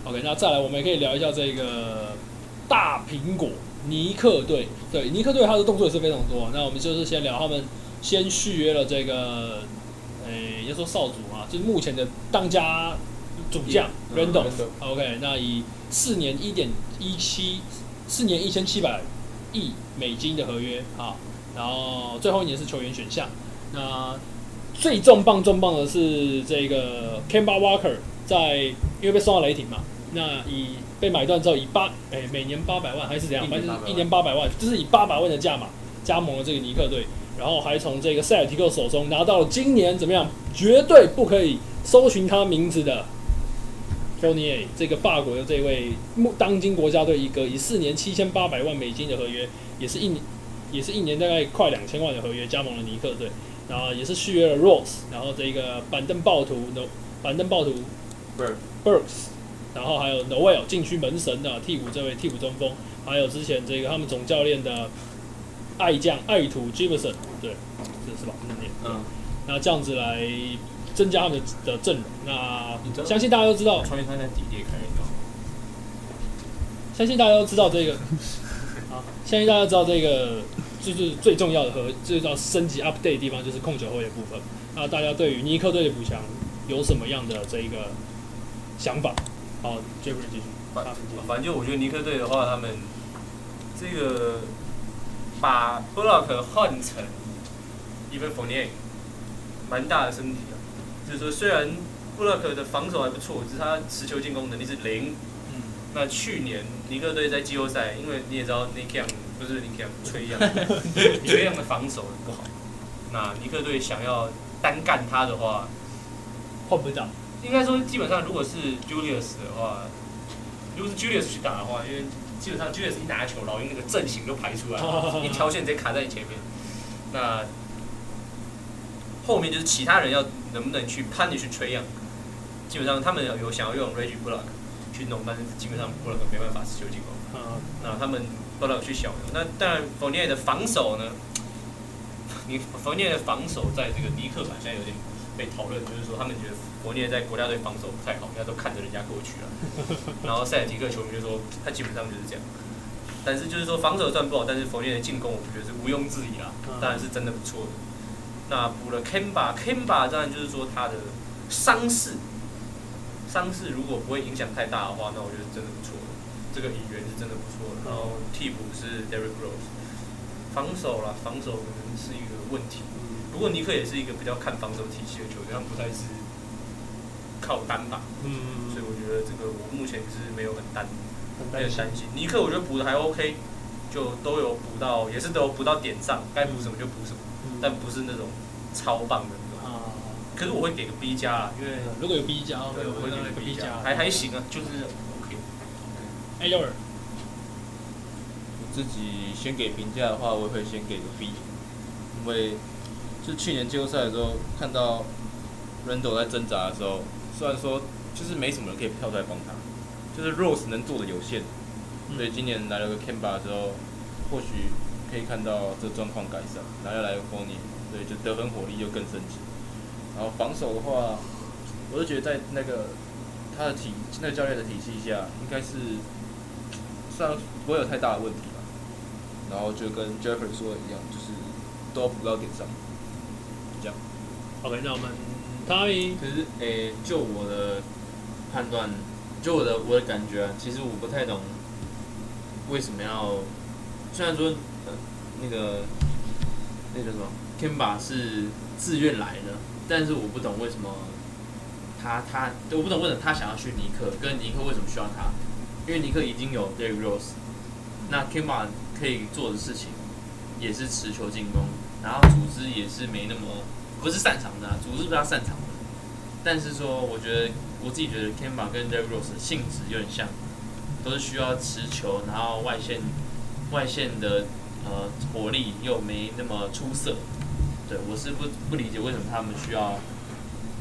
OK，那再来我们也可以聊一下这个大苹果尼克队。对，尼克队他的动作也是非常多啊、那我们就是先聊他们先续约了这个，诶、要说少主啊，就是目前的当家主将嗯 Randolph。OK，那以四年一点一七，四年一千七百亿美金的合约啊，然后最后一年是球员选项。那最重磅重磅的是这个 Kemba Walker 在因为被送到雷霆嘛，那以被买断之后以八哎每年八百万还是怎样，一反年正就是一800万年八百万，就是以八百万的价码加盟了这个尼克队，然后还从这个塞尔提克手中拿到了今年怎么样绝对不可以搜寻他名字的 Fournier 这个法国的这位目当今国家队一哥，以四年七千八百万美金的合约，也是一年也是一年大概快两千万的合约加盟了尼克队，然后也是续约了 Rose，然后这个板凳暴徒的板凳暴徒 Burke Burks，然后还有 Noel 禁区门神的替补这位替补中锋，还有之前这个他们总教练的爱将爱徒 Jefferson，对，这是吧？那念嗯，那这样子来增加他们的阵容，你知那道相信大家都知道，穿越他在底裂开一刀，相信大家都知道这 [laughs] 个，啊，相信大家知道这个就是最重要的和最重要升级 update 的地方就是控球后卫的部分。那大家对于尼克队的补强有什么样的这一个想法？好，Jeffrey 继续，啊反大家继续反正就我觉得尼克队的话，他们这个把 Block 换成一份 f o r n i e 蛮大的身体啊。就是说，虽然 Block 的防守还不错，只是他持球进攻能力是零。那去年尼克队在季后赛，因为你也知道 Nick Young 不是 Nick Young 崔样，崔样的防守很不好。那尼克队想要单干他的话，换 [laughs] 不到，应该说，基本上如果是 Julius 的话，如果是 Julius 去打的话，因为基本上 Julius 一拿球，老鹰那个阵型就排出哦来了，啊一条线直接卡在你前面。那后面就是其他人要能不能去攀你去吹样，基本上他们有想要用 Reggie Block 去弄，但是基本上 Block 没办法持球进攻。嗯，那他们 Block 去小牛，那当然 f o r n i e 的防守呢， [laughs] 你 f o r n i e 的防守在这个尼克版现在有点被讨论，就是说他们觉得 f o r n i e 在国家队防守不太好，大家都看着人家过去了。然后塞尔提克球迷就说他基本上就是这样，但是就是说防守算不好，但是 f o r n i e 的进攻我觉得是毋庸置疑啦嗯，当然是真的不错的。那补了 Kemba，Kemba 当然就是说他的伤势，伤势如果不会影响太大的话，那我觉得真的不错的。这个引援是真的不错的，然后替补是 Derrick Rose，防守啦，防守可能是一个问题。嗯不过尼克也是一个比较看防守体系的球队，他们不太是靠单打，嗯所以我觉得这个我目前是没有很担很没担有心担心。尼克我觉得补的还 OK，就都有补到，也是都有补到点上，该补什么就补什么，嗯但不是那种超棒的那种。啊，可是我会给个 B 加啦，因为如果有 B 加，对，我会会给个那 B 加，加，还还。行啊，就是 OK。哎，幺二，我自己先给评价的话，我也会先给个 B，因为就去年季后赛的时候看到 Randle 在挣扎的时候，虽然说就是没什么人可以跳出来帮他，就是 Rose 能做的有限，所以今年来了个 Kemba 之后，或许可以看到这状况改善，然后又来个 f o n y 对，就得分火力又更升级。然后防守的话，我就觉得在那个他的体那个教练的体系下，应该是虽然不会有太大的问题吧。然后就跟 Jeffrey 说的一样，就是都补到点上。 OK，那我们 Tommy，可是，诶、就我的判断，就我的我的感觉啊，其实我不太懂为什么要，虽然说、呃、那个那个叫什么 Kemba 是自愿来的，但是我不懂为什么他他我不懂为什么他想要去尼克，跟尼克为什么需要他，因为尼克已经有 Derrick Rose，那 Kemba 可以做的事情也是持球进攻，然后组织也是没那么不是擅长的、啊，组织不是他擅长的。但是说，我觉得我自己觉得 Kemba 跟 d e r r Rose 的性质有点像，都是需要持球，然后外线外线的呃火力又没那么出色。对我是不不理解为什么他们需要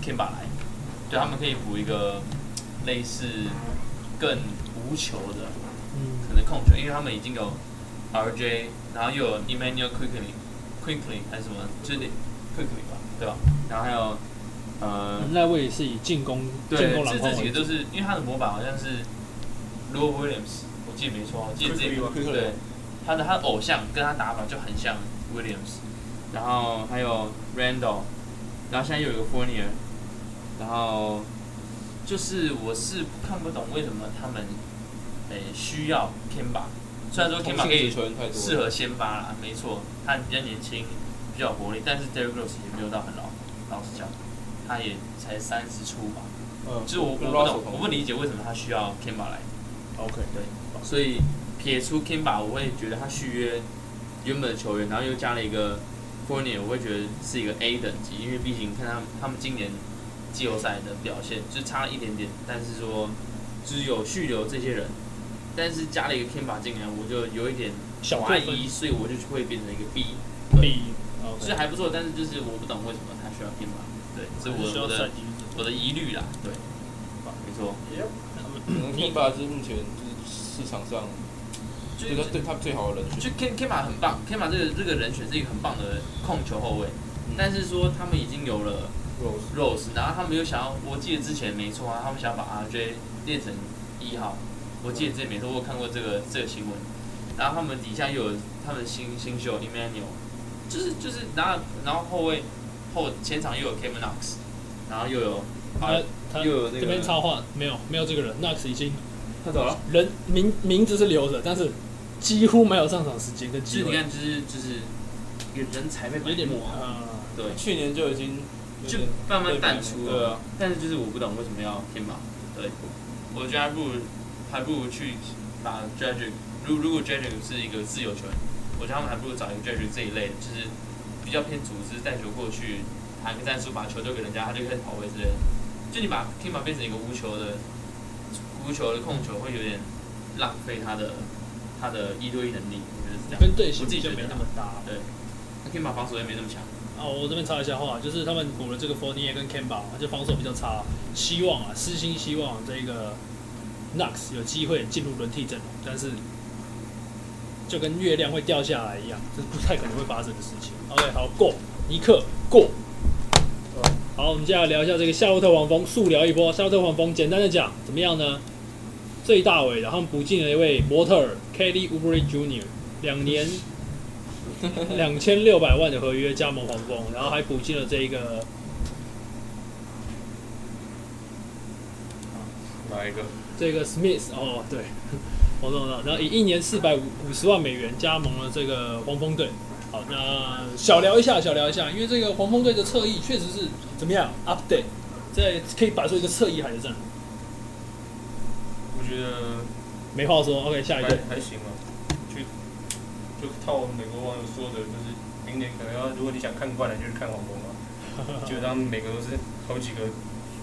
Kemba 来，对他们可以补一个类似更无球的，嗯可能控球，因为他们已经有 RJ，然后又有 Emmanuel Quickly Quickly 还是什么，就是 Quickly 吧，对吧？然后还有呃。那位也是以进攻进对，攻篮这筐这几为个都主，是因为他的模板好像是 l o w Williams，我记得没啊错，我记得这个 Quickly 吗对，他的他的偶像跟他打法就很像 Williams，然后还有 Randall，然后现在又有一个 Fournier，然后就是我是看不懂为什么他们呃需要 Kemba，虽然说同 Kemba 性可以球员太多了，适合先发啦，没错，他比较年轻，比较有活力，但是 Derrick Rose 也没有到很老，老实讲，他也才三十出吧，嗯，就是我我不跟懂 Russell，我同不理解为什么他需要 Kemba 来， OK，所以撇出 Kemba，我会觉得他续约原本的球员，然后又加了一个 Fournier，我会觉得是一个 A 等级，因为毕竟看他们他们今年季后赛的表现就差一点点，但是说只有续留这些人，但是加了一个 Kemba 进来，我就有一点小怀过分疑，所以我就会变成一个 B。比是还不错，但是就是我不懂为什么他需要 Kemba，对，这还是需要我我再的我的疑虑啦，啊对，没错，你把是目前就是市场上就觉得对他最好的人选，就 K K 马很棒，K 马这个这个人选是一个很棒的控球后卫，但是说他们已经有了 Rose Rose，然后他们又想要，我记得之前没错啊，他们想把 RJ 练成一号，我记得之前没错，我有看过这个这个新闻，然后他们底下又有他们新新秀 Emmanuel，就是就是然后然后后卫后前场又有 Kevin Knox，然后又有啊他他又有那这个边插话，没有没有这个人，Knox 已经他走了，人名名字是留着，但是几乎没有上场时间跟就是机你会，看就是就是一个人才被埋有点没磨啊。对。去年就已经就慢慢淡出对啊了。但是就是我不懂为什么要天马，对，我觉得还不如还不如去把 d r a g i c 如如果 d r a g i c 是一个自由球员，我觉得他们还不如找一个 d r a g i c 这一类的，就是比较偏组织带球过去，弹个战术把球丢给人家，他就开始跑位之类的。就你把 k i m a 变成一个无球的无球的控球，会有点浪费他的他的一对一能力，我觉得是这样。跟队我形自比己觉较没得那么搭。那 k i m a 防守也没那么强，哦，我这边插一下话，就是他们补了这个 f o r n i e 跟 Kemba，就防守比较差，希望啊，私心希望这个 Knox 有机会进入轮替阵容，但是就跟月亮会掉下来一样，这是不太可能会发生的事情。OK，好，过尼克过。好，我们接下来聊一下这个夏洛特黄蜂，速聊一波。夏洛特黄蜂简单的讲怎么样呢？最大尾的，他们补进了一位模特儿 Kelly u b r e Jr.，两年两千六百万的合约加盟黄蜂，然后还补进了这一个哪一个？这个 Smith 哦，对，我懂了。然后以一年四百五五十万美元加盟了这个黄蜂队。好，那小聊一下，小聊一下，因为这个黄蜂队的侧翼确实是怎么样 update，这可以摆出一个侧翼海的阵容，我觉得没话说。OK，下一哎队，还还行吧，去就套美国网友说的，就是明年可能要，如果你想看灌篮，就去看黄蜂嘛。基本上每个都是好几个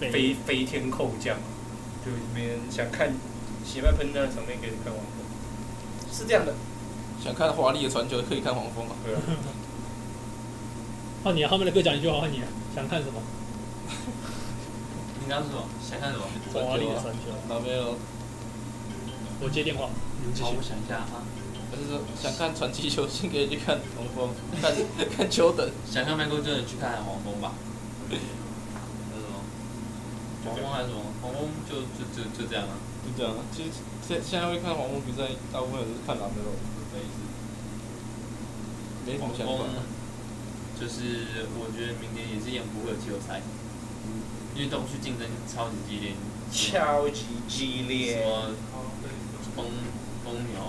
飞飞天扣将，就没人想看血脉喷张的场面，可以看黄蜂。是这样的，想看华丽的传球可以看黄蜂啊，对啊，换你、啊，他们的歌讲一句话，换你、啊，想看什么？你刚刚说什么？想看什么？华丽的传球，哪边啊有？我接电话，你们继好，续我。想一下啊，但是说想看传奇球星可以去看黄蜂， [laughs] 看看丘等。想看 Michael Jordan 去看黄蜂吧。还有什么？黄蜂还有什么？黄蜂就就就就这样啊，就这样啊，其实现现在会看黄蜂比赛，大部分也是看哪边有，没意思。哎没什么想黄法蜂。就是我觉得明年也是一样不会有季后赛，因为东区竞争超级激烈，超级激什烈。么公公牛，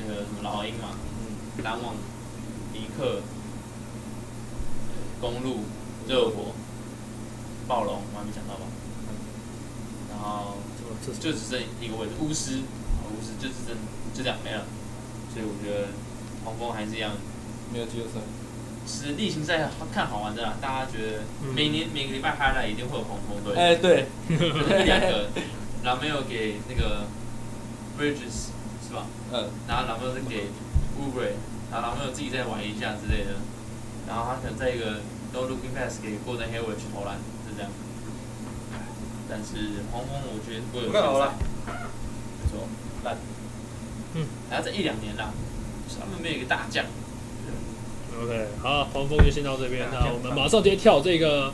那个什么老鹰嘛，嗯篮网、尼克、公路、热火、暴龙，我还没讲到吧？然后这就只剩一个位置，巫师，啊巫师就只剩就这样没了。所以我觉得黄蜂还是一样，没有季后赛，是例行赛好看好玩的啦。大家觉得嗯每年、每个礼拜 h i 一定会有黄蜂队，哎，对，就是两个，然后没有给那个 Bridges 是吧？嗯，然后男朋友是给 Uber，然后男朋友自己再玩一下之类的，然后他可能在一个 No Looking Pass 给 Golden h a y w a r d 去投篮，就这样。但是黄蜂我觉得不会有不看好啦没错，烂，嗯，然后这一两年啦，就是他们没有一个大将， OK，好，黄蜂就先到这边。那我们马上直接跳这个。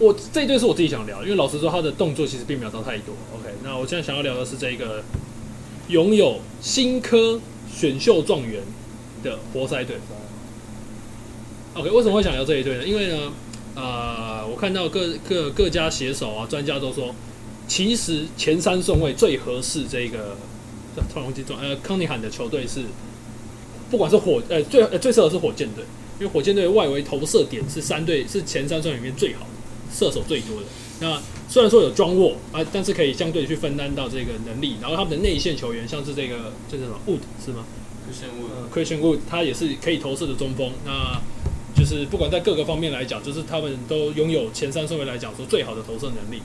我这一队是我自己想聊，因为老实说，他的动作其实并没有到太多。OK，那我现在想要聊的是这个拥有新科选秀状元的活塞队。OK，为什么会想聊这一队呢？因为呢，呃，我看到各各各家写手啊、专家都说，其实前三顺位最合适这个这突然忘记状呃康尼罕的球队是，不管是火呃最呃最适合是火箭队，因为火箭队外围投射点是三队是前三顺位里面最好的，射手最多的。那虽然说有庄沃啊，但是可以相对去分担到这个能力。然后他们的内线球员像是这个这是什么 Wood 是吗？就先问呃 Christian Wood 他也是可以投射的中锋，那就是不管在各个方面来讲，就是他们都拥有前三顺位来讲说最好的投射能力。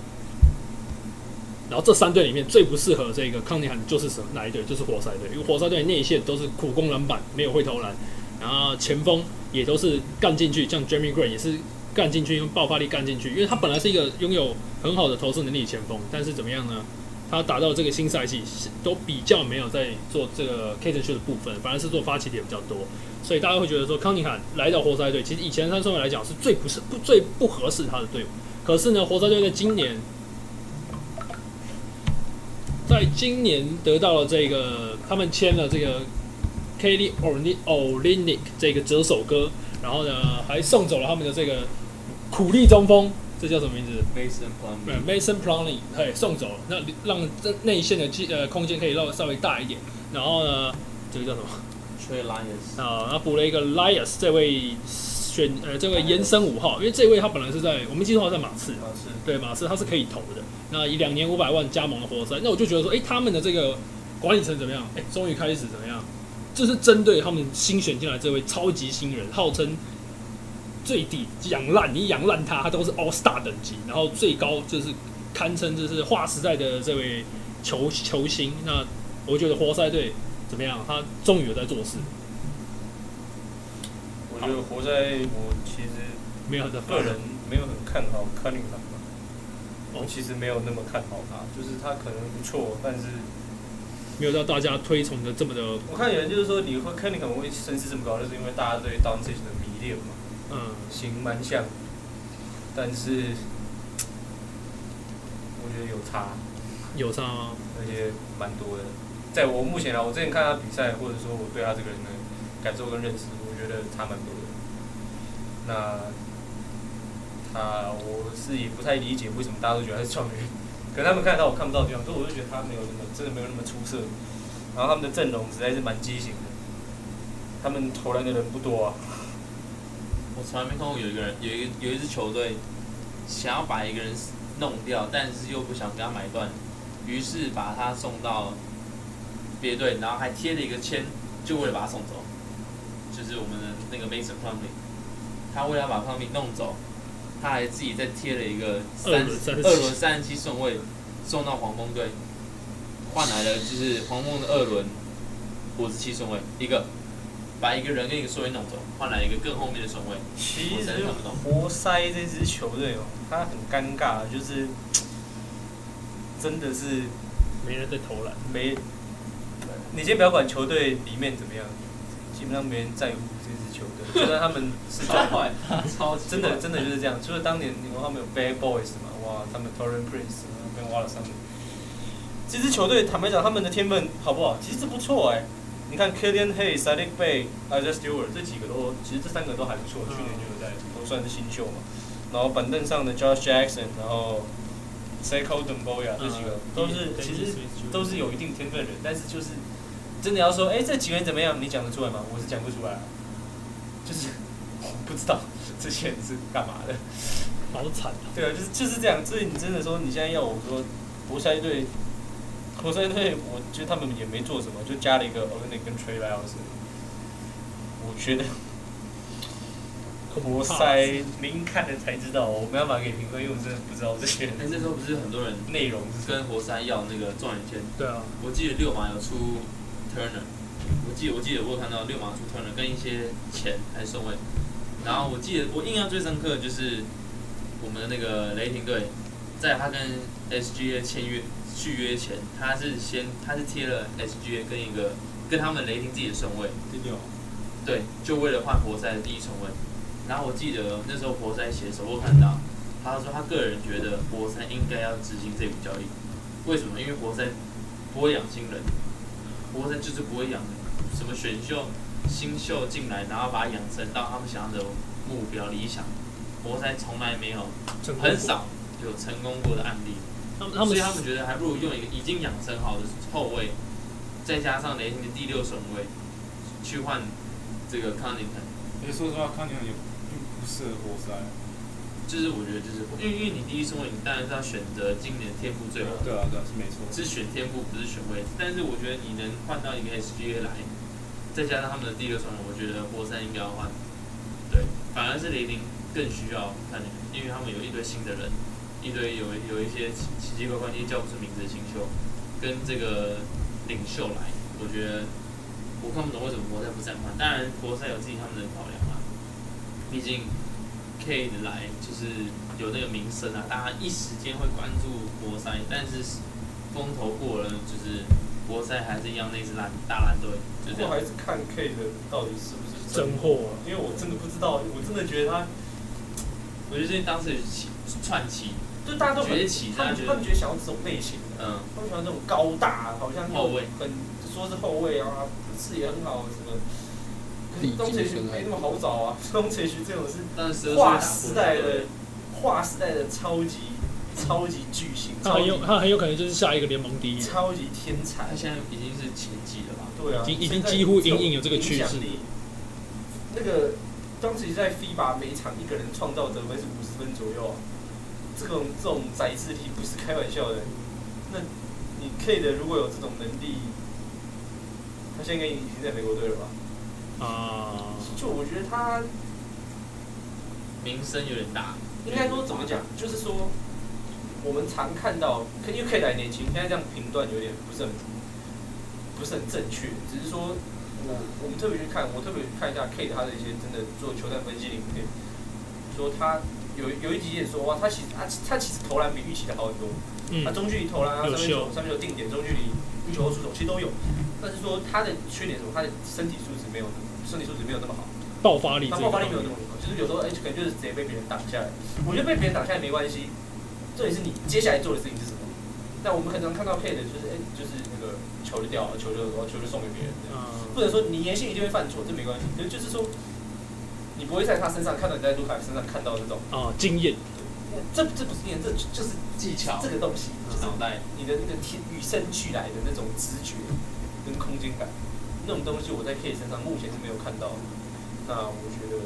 然后这三队里面最不适合这个康尼罕就是什么哪一队？就是活塞队，因为活塞队内线都是苦攻篮板，没有会投篮，然后前锋也都是干进去，像 Jeremy Green 也是干进去，用爆发力干进去，因为他本来是一个拥有很好的投射能力的前锋，但是怎么样呢？他打到这个新赛季都比较没有在做这个 K 球的部分，反而是做发起点比较多，所以大家会觉得说康宁汉来到活塞队，其实以前三顺位来讲是最不是不最不合适他的队伍。可是呢，活塞队在今年，在今年得到了这个他们签了这个 Kelly Olin Olinick 这个折手哥，然后呢还送走了他们的这个苦力中锋，这叫什么名字？ Mason Plumlee，对，Mason Plumlee 嘿送走了，那让这内线的机呃空间可以让稍微大一点。然后呢，这个叫什么？ Trey Lyons，啊、然后补了一个 Lias 这位选呃这位延伸五号，因为这位他本来是在我们记错他在马刺，好是对马刺他是可以投的。那以两年五百万加盟了活塞，那我就觉得说，哎，他们的这个管理层怎么样？哎，终于开始怎么样？就是针对他们新选进来这位超级新人，号称最底养烂，你养烂他，他都是 All Star 等级，然后最高就是堪称就是划时代的这位球球星。那我觉得活塞队怎么样？他终于有在做事，我觉得活塞，我其实没有在个人没有很看好康宁吧，哦我其实没有那么看好他，就是他可能不错，但是没有到大家推崇的这么的，我看有人就是说你会康宁可能会声势这么高，就是因为大家对 d o n t a 的迷恋嘛，嗯，行蛮像，但是我觉得有差，有差吗？而且蛮多的。在我目前啊，我之前看他比赛，或者说我对他这个人的感受跟认识，我觉得差蛮多的。那他我是也不太理解为什么大家都觉得他是状元，可能他们看得到我看不到的地方，所以我就觉得他没有那么真的没有那么出色。然后他们的阵容实在是蛮畸形的，他们投篮的人不多啊。我从来没看过有一个人，有一个有一支球队想要把一个人弄掉，但是又不想跟他买断，于是把他送到别队，然后还贴了一个签，就为了把他送走。就是我们的那个 Mason Plumlee，他为了把 Plumlee 弄走，他还自己再贴了一个三二轮37二轮三十七顺位送到黄蜂队，换来了就是黄蜂的二轮五十七顺位一个。把一个人跟一个顺位弄走，换来一个更后面的顺位。其我实真的看不懂活塞这支球队哦，他很尴尬，就是真的是没人在投篮，没，你先不要管球队里面怎么样，基本上没人在乎这支球队，就算他们是状态，超级真的真的就是这样。除了当年你们他们有 Bad Boys 嘛，哇，他们 Torrent Prince 啊跟 w a l l a c 这支球队坦白讲，他们的天分好不好？其实不错哎、你看 Killian Hayes、Sadiq Bay、Isaiah Stewart 这几个都，其实这三个都还不错，去年就有在，都算是新秀嘛。然后板凳上的 Josh Jackson，然后 Seiko d u m b o y a 这几个都是其实都是有一定天分的人，但是就是真的要说，哎、这几个人怎么样？你讲得出来吗？我是讲不出来、啊，就是 [laughs] 我不知道这些人是干嘛的。好惨啊！对啊，就是就是这样。所以你真的说，你现在要我说，活塞队，活塞队，我觉得他们也没做什么，就加了一个 o l i n i c 跟 Trey l y l s 我觉 [laughs] 得活塞 [laughs] 您看了才知道，我没办法给评分，因为我真的不知道这些人哎、那时候不是很多人内容是什么。跟活塞要那个状元签？对啊，我记得六马有出 Turner，我记得我记得我有看到六马出 Turner 跟一些钱还是顺位。然后我记得我印象最深刻的就是我们的那个雷霆队，在他跟 SGA 签约续约前，他是先他是贴了 SGA 跟一个跟他们雷霆自己的顺位，对，就为了换活塞的第一顺位。然后我记得那时候活塞写手我看到，他说他个人觉得活塞应该要执行这笔交易，为什么？因为活塞不会养新人，活塞就是不会养什么选秀新秀进来，然后把它养成到他们想要的目标理想，活塞从来没有成功很少有成功过的案例，他们他所们以他们觉得还不如用一个已经养成好的后卫，再加上雷霆的第六顺位去换这个康宁肯，而且说实话，康宁也并不适合活塞。就是我觉得就是因为因为你第一顺位，你当然是要选择今年天赋最好的。对啊，对啊，是没错。是选天赋，不是选位置。但是我觉得你能换到一个 SGA 来，再加上他们的第六顺位，我觉得活塞应该要换。对，反而是雷霆更需要看你，因为他们有一堆新的人，一堆有有一些奇奇奇怪怪、你叫不出名字的新秀，跟这个领袖来，我觉得我看不懂为什么活塞不再换。当然，活塞有自己他们的考量啊，毕竟 K 来就是有那个名声啊，大家一时间会关注活塞，但是风头过了，就是活塞还是一样那支烂大烂队，就这样我还。是看 K 的到底是不是真货、啊。因为我真的不知道，我真的觉得他我觉得这当时起串起，就大家都很崛起他大家们觉得他们觉得想要这种类型的，嗯，他们喜欢这种高大，好像后卫很说是后卫啊，视野很好什么。可是东铁区没那么好找啊， [laughs] 东铁区这种是但是划时代的划时代的超级超级巨星，他超很有级他很有可能就是下一个联盟第一，超级天才他。现在已经是前几了吧？对啊，已经已经现在几乎这种隐隐有这个趋势影响力。那个当时在 FIBA 每场一个人创造得分是五十分左右啊，这种这种宰制题不是开玩笑的。那你 K 的如果有这种能力，他现在应该已经在美国队了吧？啊，就我觉得他名声有点大，应该说怎么讲，就是说我们常看到，可因为 K 来年轻，应该这样评断有点不是很不是很正确，只是说我我们特别去看，我特别去看一下 K 他的一些真的做球赛分析里面，说他有有一集也说哇，他其实他他其实投篮比预期的好很多，他嗯，中距离投篮啊，有三分球秀、三分球定点、中距离、球后出手其实都有，但是说他的缺点是什么，他的身体素质没有身体素质没有那么好。爆发力这他个爆发力没有那么高，就是有时候哎、可能就是直接被别人挡下来。我觉得被别人挡下来没关系，重点是你接下来做的事情是什么。那我们可能看到配的就是哎、就是那个球就掉了，球就哦球就送给别人这样，嗯不能说你言行一定会犯错，这没关系，可是就是说你不会在他身上看到你在卢卡身上看到那种，啊，经验这这不是念，这就是技巧这、个东西，就是脑袋，你的那个天与生俱来的那种直觉跟空间感，那种东西我在 K 身上目前是没有看到的。那我觉得，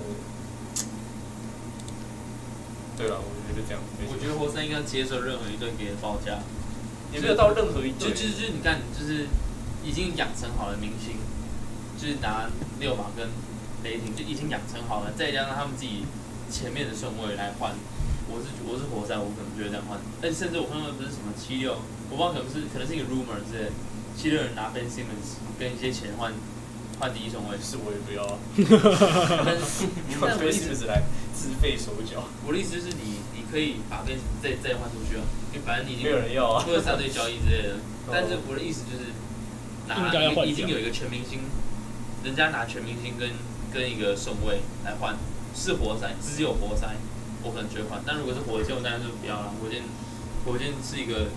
对了，我觉得就这样。没什我么觉得活塞应该接受任何一队给的报价。也没有到任何一就队，就是就是你看，就是已经养成好的明星，就是拿六马跟雷霆就已经养成好了，再加上他们自己前面的顺位来换，我是我是活塞，我可能觉得这样换，但甚至我看到不是什么七六，我不知道可能是可能是一个 rumor 之类的，七六人拿 Ben Simmons 跟一些钱换换第一顺位， [laughs] 是我也不要啊。但是但我但的推意是不思是来自费手脚？我的意思就是你你可以把 Ben 再再换出去啊，因为反正你已经没有人要啊。或者三队交易之类的。但是我的意思就是，拿应该要换掉已经有一个全明星，人家拿全明星跟跟一个顺位来换，是活塞，只有活塞，我可能觉得换。但如果是火箭，我当然就不要了。火箭，火箭是一个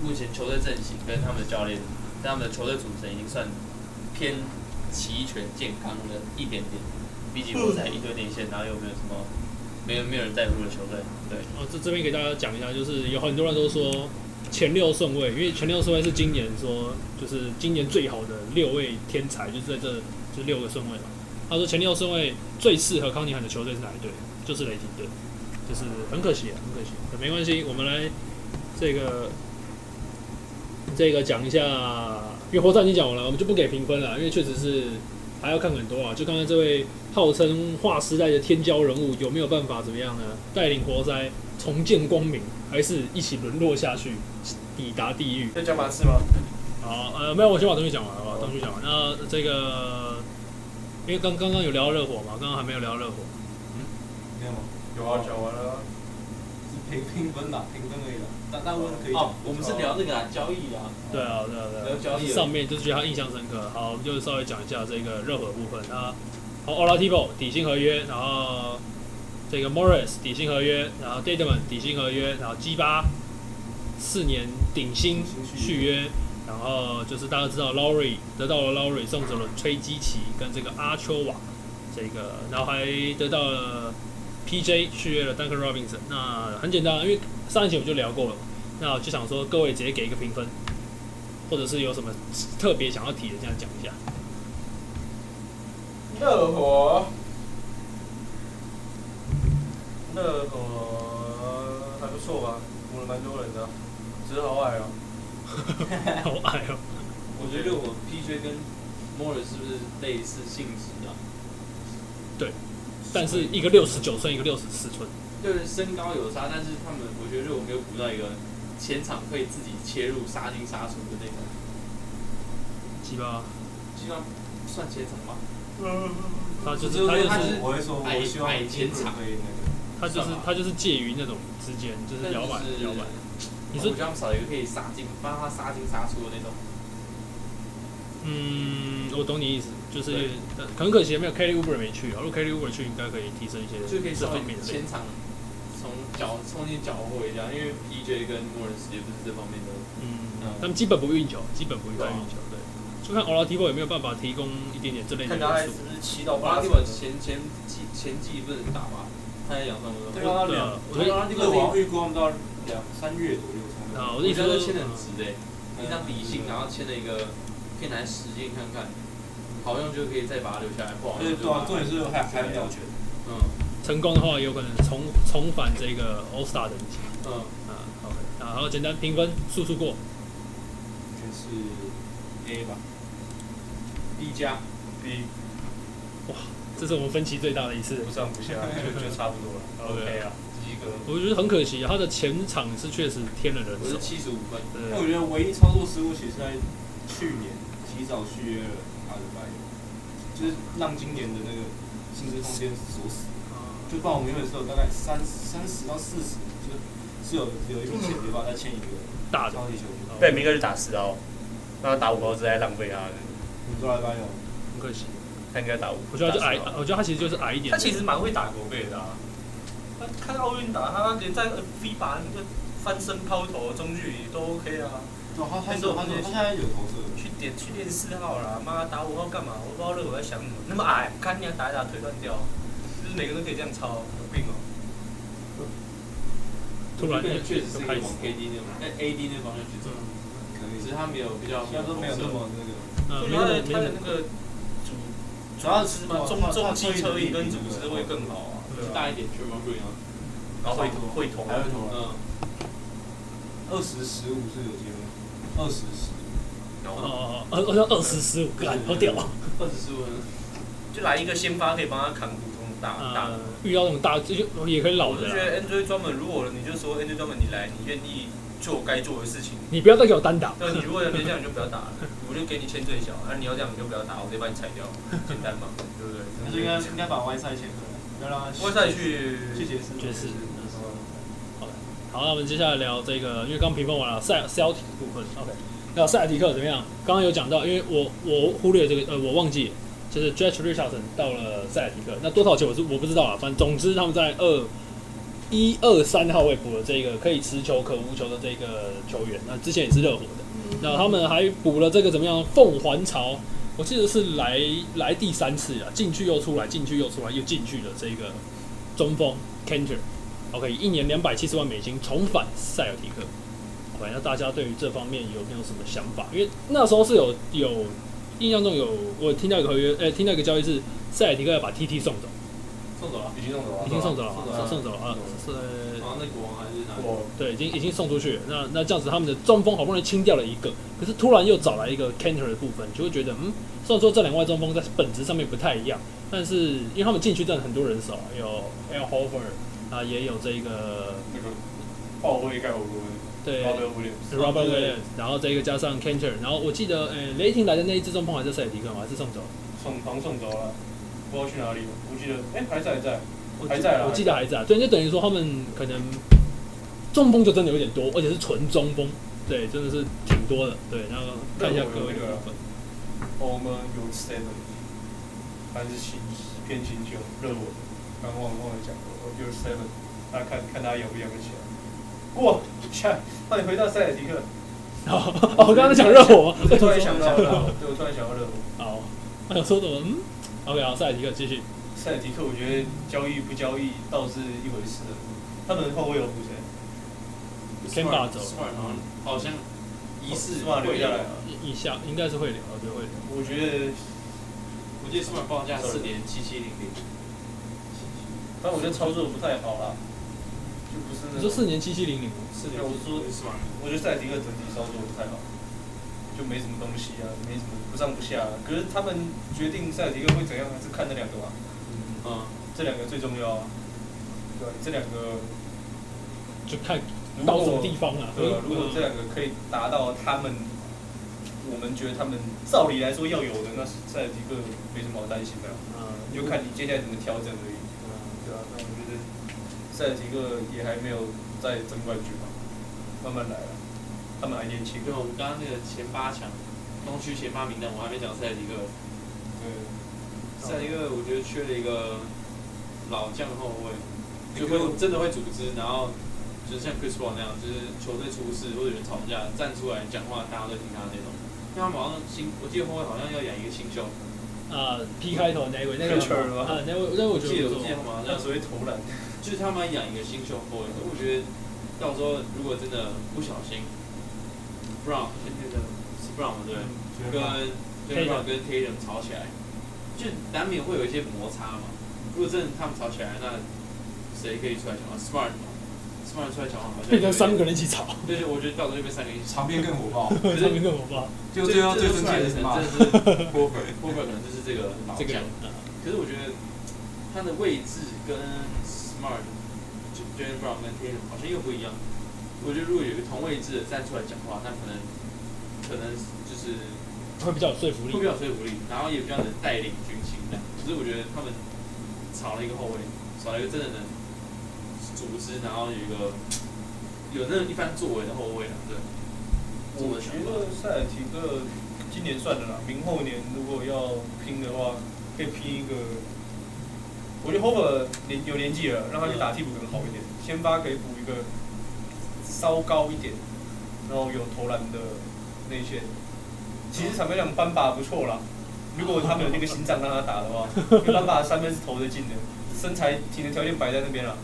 目前球队阵型跟他们的教练、跟他们的球队组成已经算偏齐全、健康的一点点。毕竟活塞一堆内线，然后又没有什么没有没有人在乎的球队，对。哦，这这边给大家讲一下，就是有很多人都说前六顺位，因为前六顺位是今年说就是今年最好的六位天才，就是在这就六个顺位嘛。他说前六顺位最适合康尼罕的球队是哪一队？就是雷霆队，就是很可惜啊，很可惜。没关系，我们来这个这个讲一下，因为活塞已经讲完了，我们就不给评分了，因为确实是还要看很多啊。就刚才这位号称划时代的天骄人物，有没有办法怎么样呢？带领活塞重见光明，还是一起沦落下去，抵达地狱？ [laughs] 要讲马刺吗？好，呃，没有，我先把东西讲完，好吧，东西讲完。那这个，因为刚刚刚有聊到热火嘛，刚刚还没有聊到热火。没有吗？有啊，讲完了啊。是评评分吧，评分而已啦。但但我可以哦讲，，我们是聊那个啊，交易啊，对啊，对啊，对啊。交易上面就是觉得他印象深刻。好，我们就稍微讲一下这个热火的部分。他好 o l a t i b o 底薪合约，然后这个 Morris 底薪合约，然后 Dedman 底薪合约，然后基巴四年顶薪续约，然后就是大家知道 Lowry 得到了 Lowry，送走了崔基奇跟这个阿丘瓦，这个然后还得到了 PJ 续约了 Duncan Robinson。那很简单，啊因为上一集我就聊过了嘛，那我就想说各位直接给一个评分，或者是有什么特别想要提的，这样讲 [laughs] 一下。热火，热火还不错吧？补了蛮多人的，只是好矮哦。好矮哦、我觉得热火 PJ 跟 Morris 是不是类似性质啊？但是一个六十九寸，一个六十四寸，对，身高有差，但是他们我觉得热火没有补到一个前场可以自己切入杀进杀出的那种，鸡巴，基本上算前场吗？他就是他就是是我会说，矮我希望矮前场可以那他就是他就是介于那种之间，就是摇摆但就是摇摆。你我说觉得他们少了一个可以杀进，帮他杀进杀出的那种。嗯，我懂你意思，就是对呃很可惜没有 Kelly Uber 没去啊，如果 Kelly Uber 去，应该可以提升一些就可以这稍微方面的类前场从脚冲进脚后一下，因为 PJ 跟莫里斯也不是这方面的。嗯嗯，他们基本不运球，基本不太对啊运球，对。就看 Oladipo 有没有办法提供一点点这类的看他还元是素。不是七到巴拉蒂八本成的。前前季前季不是很打吧？他在养伤的时对候，啊，对两啊，我我觉觉得得巴拉蒂热本火要预估他们到两三月左右才能哦啊，我我的意思都是签得很嗯值诶，一张底薪，然后签了一个可以拿来实践看看，好用就可以再把它留下来，不好而且用对就啊，重点是还还没有权，嗯成功的话，有可能重重返这个 All Star 等级。嗯，啊，OK，啊，好，简单评分，速速过。全是 A 吧，低加这是我们分歧最大的一次。不上不下，就就差不多了。OK 啊，及格。我觉得很可惜，他的前场是确实添了人我手是。七十五分，但对我觉得唯一操作失误其实在去年提早续约了阿德拜尔，就是让今年的那个薪资空间锁死。啊就不然我们原本是有大概三三十到四十，就是是有有一笔钱没办法再签一个大的超级球员。被明哥就打十刀，让他打五包是在浪费他的，你说阿德拜尔，很可惜。他应该打五。我觉得他就打矮10刀，我觉得他其实就是矮一点。他其实蛮会打国背的啊。他看奥运打，他连在 V 把那个翻身抛投中距离都 OK 啊。对，哦他他哎有他有他现在有投射。去点去练四号啦，妈打五号干嘛？我不知道热火在想什么，那么矮，看你打一打腿断掉，就是每个人都可以这样抄，有病哦、突然我觉得确实是一个开往始 KD 那种，哎 AD 那方向去走，嗯可以，只是他没有比较，现在都没有那么那个。嗯，就没他的有没他有的那个组主要是织嘛，中重机车椅跟组织会更好啊，对吧？大一点 t r i p l Green 啊，然后会会啊投，还会投篮，嗯，二十十五是有机会，二十十，哦哦哦，二二二十十五个，干好屌啊！二十五分，就来一个先发可以帮他扛普通大大呃的。，遇到那种大这就也可以老我的就觉啦。得 NJ 专门，如果你就说 NJ 专门你来，你愿意做该做的事情，你不要再给我单打。那你如果要这样，你就不要打了，我就给你签最小。那、你要这样，你就不要打，我直接把你裁掉，简单嘛，对不对？但是应该应该把外赛签回来，不要让他我再去去爵士，爵士好，那我们接下来聊这个，因为刚评分完了赛塞尔提克部分，OK。那塞尔提克怎么样？刚刚有讲到，因为我我忽略这个，呃，我忘记了，就是 Judge Richardson 到了塞尔提克，那多少球我是我不知道啊，反正总之他们在二一二三号位补了这个可以持球可无球的这个球员，那之前也是热火的，那他们还补了这个怎么样？凤凰巢，我记得是来来第三次了，进去又出来，进去又出来，又进去的这个中锋 Cantor。OK，一年两百七十万美金重返塞尔提克。OK，那大家对于这方面有没有什么想法？因为那时候是有有印象中有我听到一个合约，呃，听到一个交易是塞尔提克要把 TT 送走，送走了，已经弄走已经送走了送走了嘛，送走了啊，是然后那国王还是哪里？我对，已经已经送出去了。那那这样子，他们的中锋好不容易清掉了一个，可是突然又找来一个 Cantor 的部分，就会觉得，嗯，虽然说这两位中锋在本质上面不太一样，但是因为他们进去真的很多人手啊，有 Al h o f e r 啊，也有这个那个爆会盖我哥，对高德威廉， Robert Williams，然后这个加上 Cantor，然后我记得，呃，雷霆来的那一只中锋还是塞尔提克吗？还是送走了？送好像送走了，不知道去哪里了，我记得哎还在还在，我还记在啦我记得还在啊。对，就等于说他们可能中锋就真的有点多，而且是纯中锋，对，真的是挺多的。对，然后看一下各位的部分。哦我们有 seven，还是新偏新秀热火的，刚刚忘了忘了讲过，有 seven，大家看看他养不养得起来。过，下，那你回到塞尔提克。好，哦，我刚刚在讲热火吗？哦 [laughs] 哎我突 [laughs] 然想到热火，对我突然想到热火。好，我想说什么？嗯，OK，好，塞尔提克继续。塞尔提克，我觉得交易不交易倒是一回事了。他们后卫有补谁？先把走，Smart 好像好像疑似是吧？留会下来啊。一一下应该是会聊，对会聊。我觉得，我记得 Smart 报价四点七七零零，但我觉得操作不太好啦，就不是那你说种。四年七七零零，四点对我说是吗？我觉得塞尔迪克整体操作不太好，就没什么东西啊，没什么不上不下、啊。可是他们决定塞尔迪克会怎样，还是看那两个吧。啊嗯，这两个最重要啊。对，这两个就看如到什么果地方了、对啊，如果这两个可以达到他们，我们觉得他们照理来说要有的，那塞尔迪克没什么好担心的啊、你就看你接下来怎么调整而已。对啊，那我觉得塞尔提克也还没有在争冠军嘛，慢慢来啊，他们还年轻。啊因为我们刚刚那个前八强，东区前八名单，我还没讲塞尔迪克。对，塞尔迪克我觉得缺了一个老将后卫，就会真的会组织，然后就像 Chris Paul 那样，就是球队出事或者有人吵架，站出来讲话，大家都听他那种。因为他们好像新，我记得后卫好像要养一个新秀，啊、p 开头那一位，那个 Kutcher 吗啊，那位那位我我觉记得不得我错记得，他们好那像所谓投篮，就是他们养一个新秀后卫，可我觉得到时候如果真的不小心，Brown 那个是 Brown 嘛对不对，跟 Tatum 跟 Brown 跟 Tatum 吵起来，就难免会有一些摩擦嘛。如果真的他们吵起来，那谁可以出来讲话？Smart 嘛，Smart 出来讲话好像变成有三点个人一起吵，对对，我觉得到时候就变三个一起吵。场面更火爆。 [laughs] 上面更火爆。就最后最生气的的可是什么能？ [laughs] 真的是波本，波本可能就是这个老这个将人。啊可是我觉得他的位置跟 Smart、j a m e Brown 跟 Tatum 好像又不一样。我觉得如果有一个同位置的站出来讲话，那可能可能就是会比较有说服力会比。较有说服力，然后也比较能带领军情的。可是我觉得他们少了一个后卫，少了一个真的能组织，然后有一个有那一番作为的后卫啊，对。这我么觉想得塞尔提克今年算了啦，明后年如果要拼的话，可以拼一个。我觉得 Hover 年有年纪了，让他去打替补可能好一点，先发可以补一个稍高一点，然后有投篮的内线。其实坦白讲，班霸不错啦，如果他们有那个心脏让他打的话， [laughs] 因为班霸三分是投得进的，身材体能条件摆在那边啦。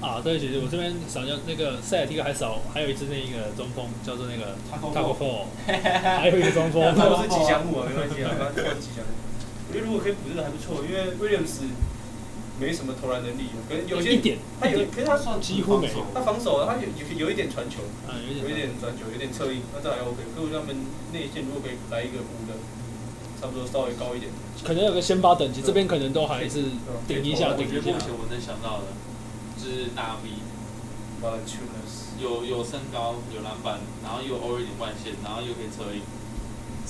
啊，对，姐姐，我这边少掉那个塞尔提克还少，还有一支那个中锋叫做那个 Taco Taco Fall，还有一个中 [laughs] 锋，那我是吉祥物啊，没关系啊，反正吉祥物。我觉得如果可以补这个还不错，因为 Williams 没什么投篮能力，可能有些一点，他一点，有，可是他算几乎没有，他防守啊，他有有有一点传球，啊，有一有一点点传球，有一点侧应，那这还 OK。可是他们内线如果可以来一个补的，差不多稍微高一点，可能有个先发等级，这边可能都还是顶一下，我顶一觉得目下。前我能想到的，就是大 V 把 t u n s 有有身高，有篮板，然后又偶尔有点外线，然后又可以侧应，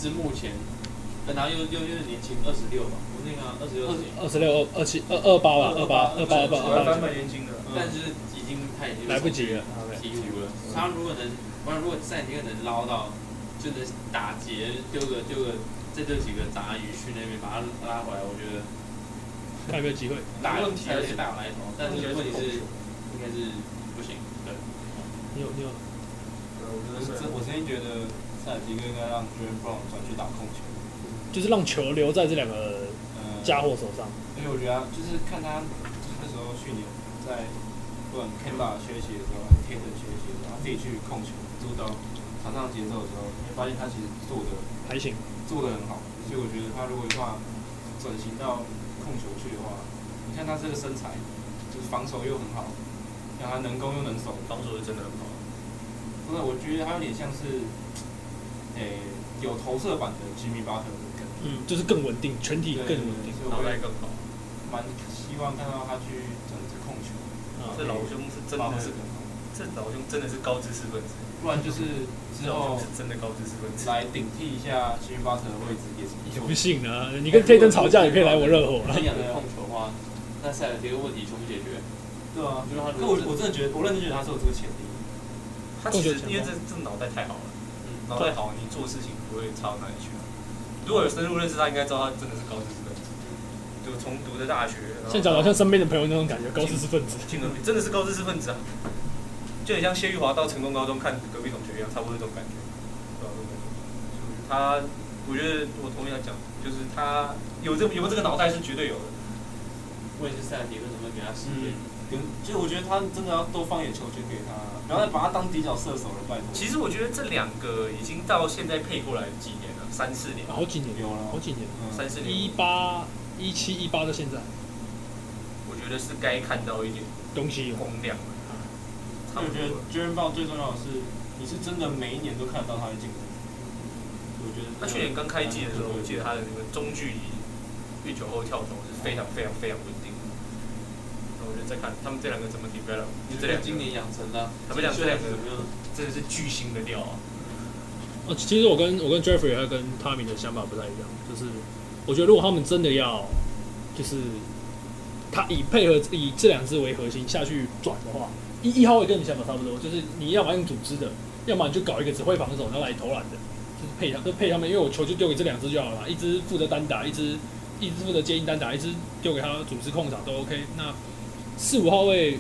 是目前，呃然后又又又是年轻，二十六吧，我那个二十六二二十六、二七、二二八吧，二八、二八、二八、还二蛮八，蛮年轻的，嗯但是已经他已经来不及了。体五了。他如果能，我想如果赛迪克能捞到，就能打劫，丢个丢个，再丢几个杂鱼去那边把他拉回来，我觉得看有没有机会。大问题还而是且大有来头，但是问题是应该是不行，对。你有你有我是真我真心觉得塞尔提克应该让 j a m e Brown 转去打控球。就是让球留在这两个呃，家伙手上。因为我觉得他就是看他那时候去年在不管 Kemba 缺席的时候，还是 Tatum 缺席的时候，他自己去控球主导场上节奏的时候，你会发现他其实做的还行，做的很好，所以我觉得他如果话转型到控球去的话，你看他这个身材，就是防守又很好，然后他能攻又能守，防守是真的很好。真的我觉得他有点像是，诶、有投射版的 Jimmy Butler 的感觉，嗯，就是更稳定，全体对更稳定。所以我脑袋会更好，蛮希望看到他去整治控球，啊这老兄是真防的守是，更好。这老兄真的是高知识分子，不然就是之这后老兄是真的高知识分子。来顶替一下 Jimmy Butler 的位置也是不不错。信啊！你跟 Tatum 吵架，也可以来我热 [laughs] 火啊。你养个控球的话，那塞尔提克问题全部解决。对啊，就是他如果可我我真的觉得，我认真觉得他是有这个潜力。他其实因为这这脑袋太好了，嗯脑袋好，你做事情不会差到哪里去。如果有深入认识他，应该知道他真的是高知识分子，就从读的大学，然现在后讲得好像身边的朋友那种感觉，高知识分子。进了真的是高知识分子啊，就很像谢玉华到成功高中看隔壁同学一样，差不多这种感觉。对吧这种感觉就是他，我觉得我同意他讲，就是他有这有这个脑袋是绝对有的，我也是塞尔迪克能不能给他时嗯间？跟就我觉得他真的要多放一点球权给他，不要再把他当底角射手了，拜托。其实我觉得这两个已经到现在配过来几年了，三四年，嗯好几年，有了好几年，嗯三四一年，八一七一八到现在，我觉得是该看到一点东西有光亮了。但嗯差我不多觉得了 j e r e m Brown 最重要的是，你是真的每一年都看得到他的进步。我觉得他去年刚开季的时候，我记得他的那个中距离运球后跳投是非常非常非常稳定的。那我觉得再看他们这两个怎么 develop，这两个今年养成的啊，他们俩这两个怎么样？真的是巨星的料啊！呃，其实我跟我跟 Jeffrey 还有跟 Tommy 的想法不太一样，就是我觉得如果他们真的要，就是他以配合以这两支为核心下去转的话，一一号位跟你想法差不多，就是你要么用组织的，要么你就搞一个只会防守然后来投篮的，就是配他就配他们，因为我球就丢给这两支就好了嘛，一支负责单打，一支一支负责接应单打，一支丢给他组织控场都 OK。那四五号位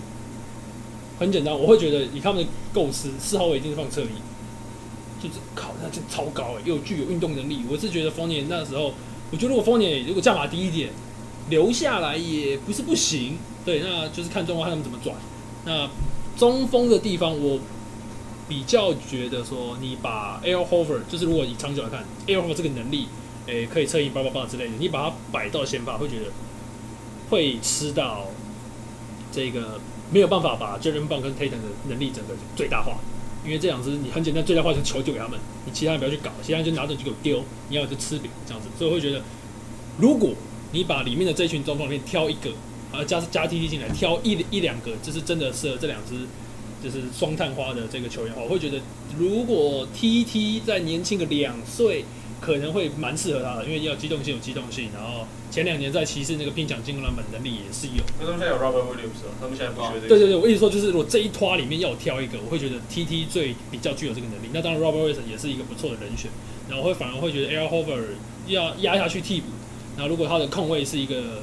很简单，我会觉得以他们的构思，四号位一定是放侧翼。就是靠，那就超高哎、又具有运动能力。我是觉得丰年那时候，我觉得如果丰年如果价码低一点，留下来也不是不行。对，那就是看状况，看他们怎么转。那中锋的地方，我比较觉得说，你把 Air Hover，就是如果以长久来看，Air Hover 这个能力，诶、可以侧翼叭叭叭之类的，你把它摆到先发，会觉得会吃到这个没有办法把 Jalen b o n 跟 Tatum 的能力整个最大化。因为这两支你很简单，最佳化就是球丢给他们，你其他人不要去搞，其他人就拿着就给我丢，你要就吃饼这样子，所以我会觉得，如果你把里面的这群中锋里面挑一个，呃加加 T T 进来挑一一两个，就是真的适合这两支就是双探花的这个球员的话，我会觉得如果 T T 再年轻个两岁，可能会蛮适合他的，因为要机动性有机动性，然后前两年在骑士那个拼抢进攻篮板能力也是有。那他们现在有 Robert Williams 哦，他们现在不缺这个。对对对，我一直说就是，如果这一拖里面要我挑一个，我会觉得 TT 最比较具有这个能力。那当然，Robert Wilson 也是一个不错的人选，然后会反而会觉得 Air Hover 要压下去替补，然后如果他的控卫是一个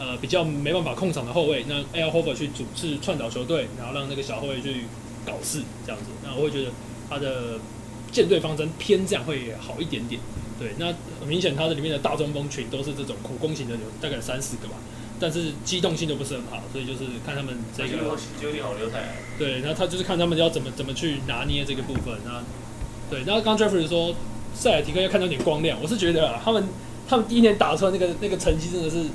呃比较没办法控场的后卫，那 Air Hover 去组织串导球队，然后让那个小后卫去搞事这样子，那我会觉得他的舰队方针偏这样会好一点点。对，那很明显他的里面的大中锋群都是这种苦攻型的，有大概有三四个吧。但是机动性都不是很好，所以就是看他们这个就有点好留下来。对，然后他就是看他们要怎么怎么去拿捏这个部分。那对，然后刚 Jeffrey 说塞尔提克要看到点光亮，我是觉得啊，他们他们第一年打出来那个那个成绩真的是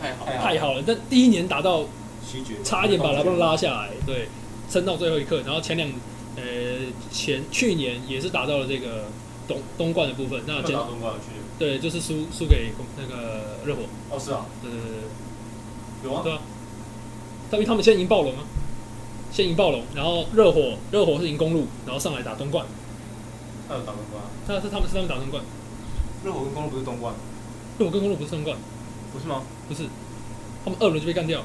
太哎好了，哎太好了，但第一年打到西决差一点把拉布拉下来，对，撑到最后一刻。然后前两呃前去年也是打到了这个东东冠的部分，那打前东冠有去年对就是输输给公那个热火，哦，是啊，对对对对。有啊，对啊，但因为他们先赢暴龙啊，先赢暴龙，然后热火热火是赢公路，然后上来打东冠，他有打东冠啊。那是他们是他们打东冠，热火跟公路不是东冠，热火跟公路不是东冠，不是吗？不是，他们二轮就被干掉，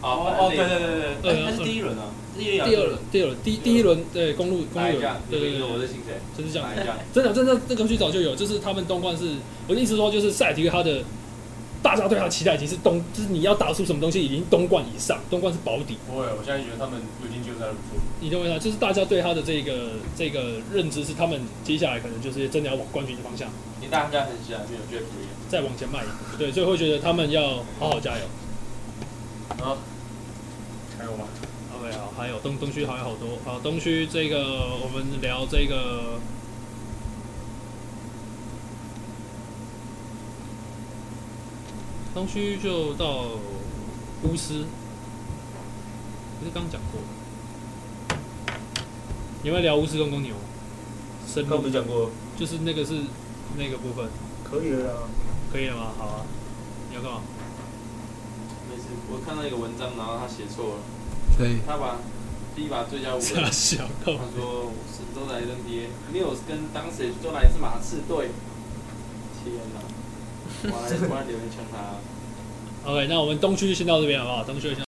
好，哦啊反哦，正对对对对，呃哎，那是第一轮啊，第一第二轮第二轮第第一轮对公路公打路一有架，，对对你们赢了我对，的薪水，就是这样打，一架，真的真的那个去找就有，就是他们东冠是，我的意思说就是赛尔提克他的。大家对他的期待已经是东，就是你要打出什么东西已经东冠以上，东冠是保底。不会，我现在觉得他们有进季后赛不错。你认为他就是大家对他的这个这个认知是他们接下来可能就是真的要往冠军的方向你大家很喜欢没有 Jeffrey，再往前迈一步，对，所以会觉得他们要好好加油。啊，还有吗？ OK，好，还有东东区还有好多，好东区这个我们聊这个东区就到巫师，不是刚讲过，你们聊巫师跟公牛，深刚入不是讲过，就是那个是那个部分，啊可以了啊。可以了吗？好啊，你要干嘛？ [laughs] 没事，我看到一个文章，然后他写错了，对，他把第一把最佳五人傻笑，干嘛他说神州来 NBA，缪斯跟当时都来自马刺队。天哪！我来我来留言呛他。啊 OK，那我们东区就先到这边好不好？东区就先。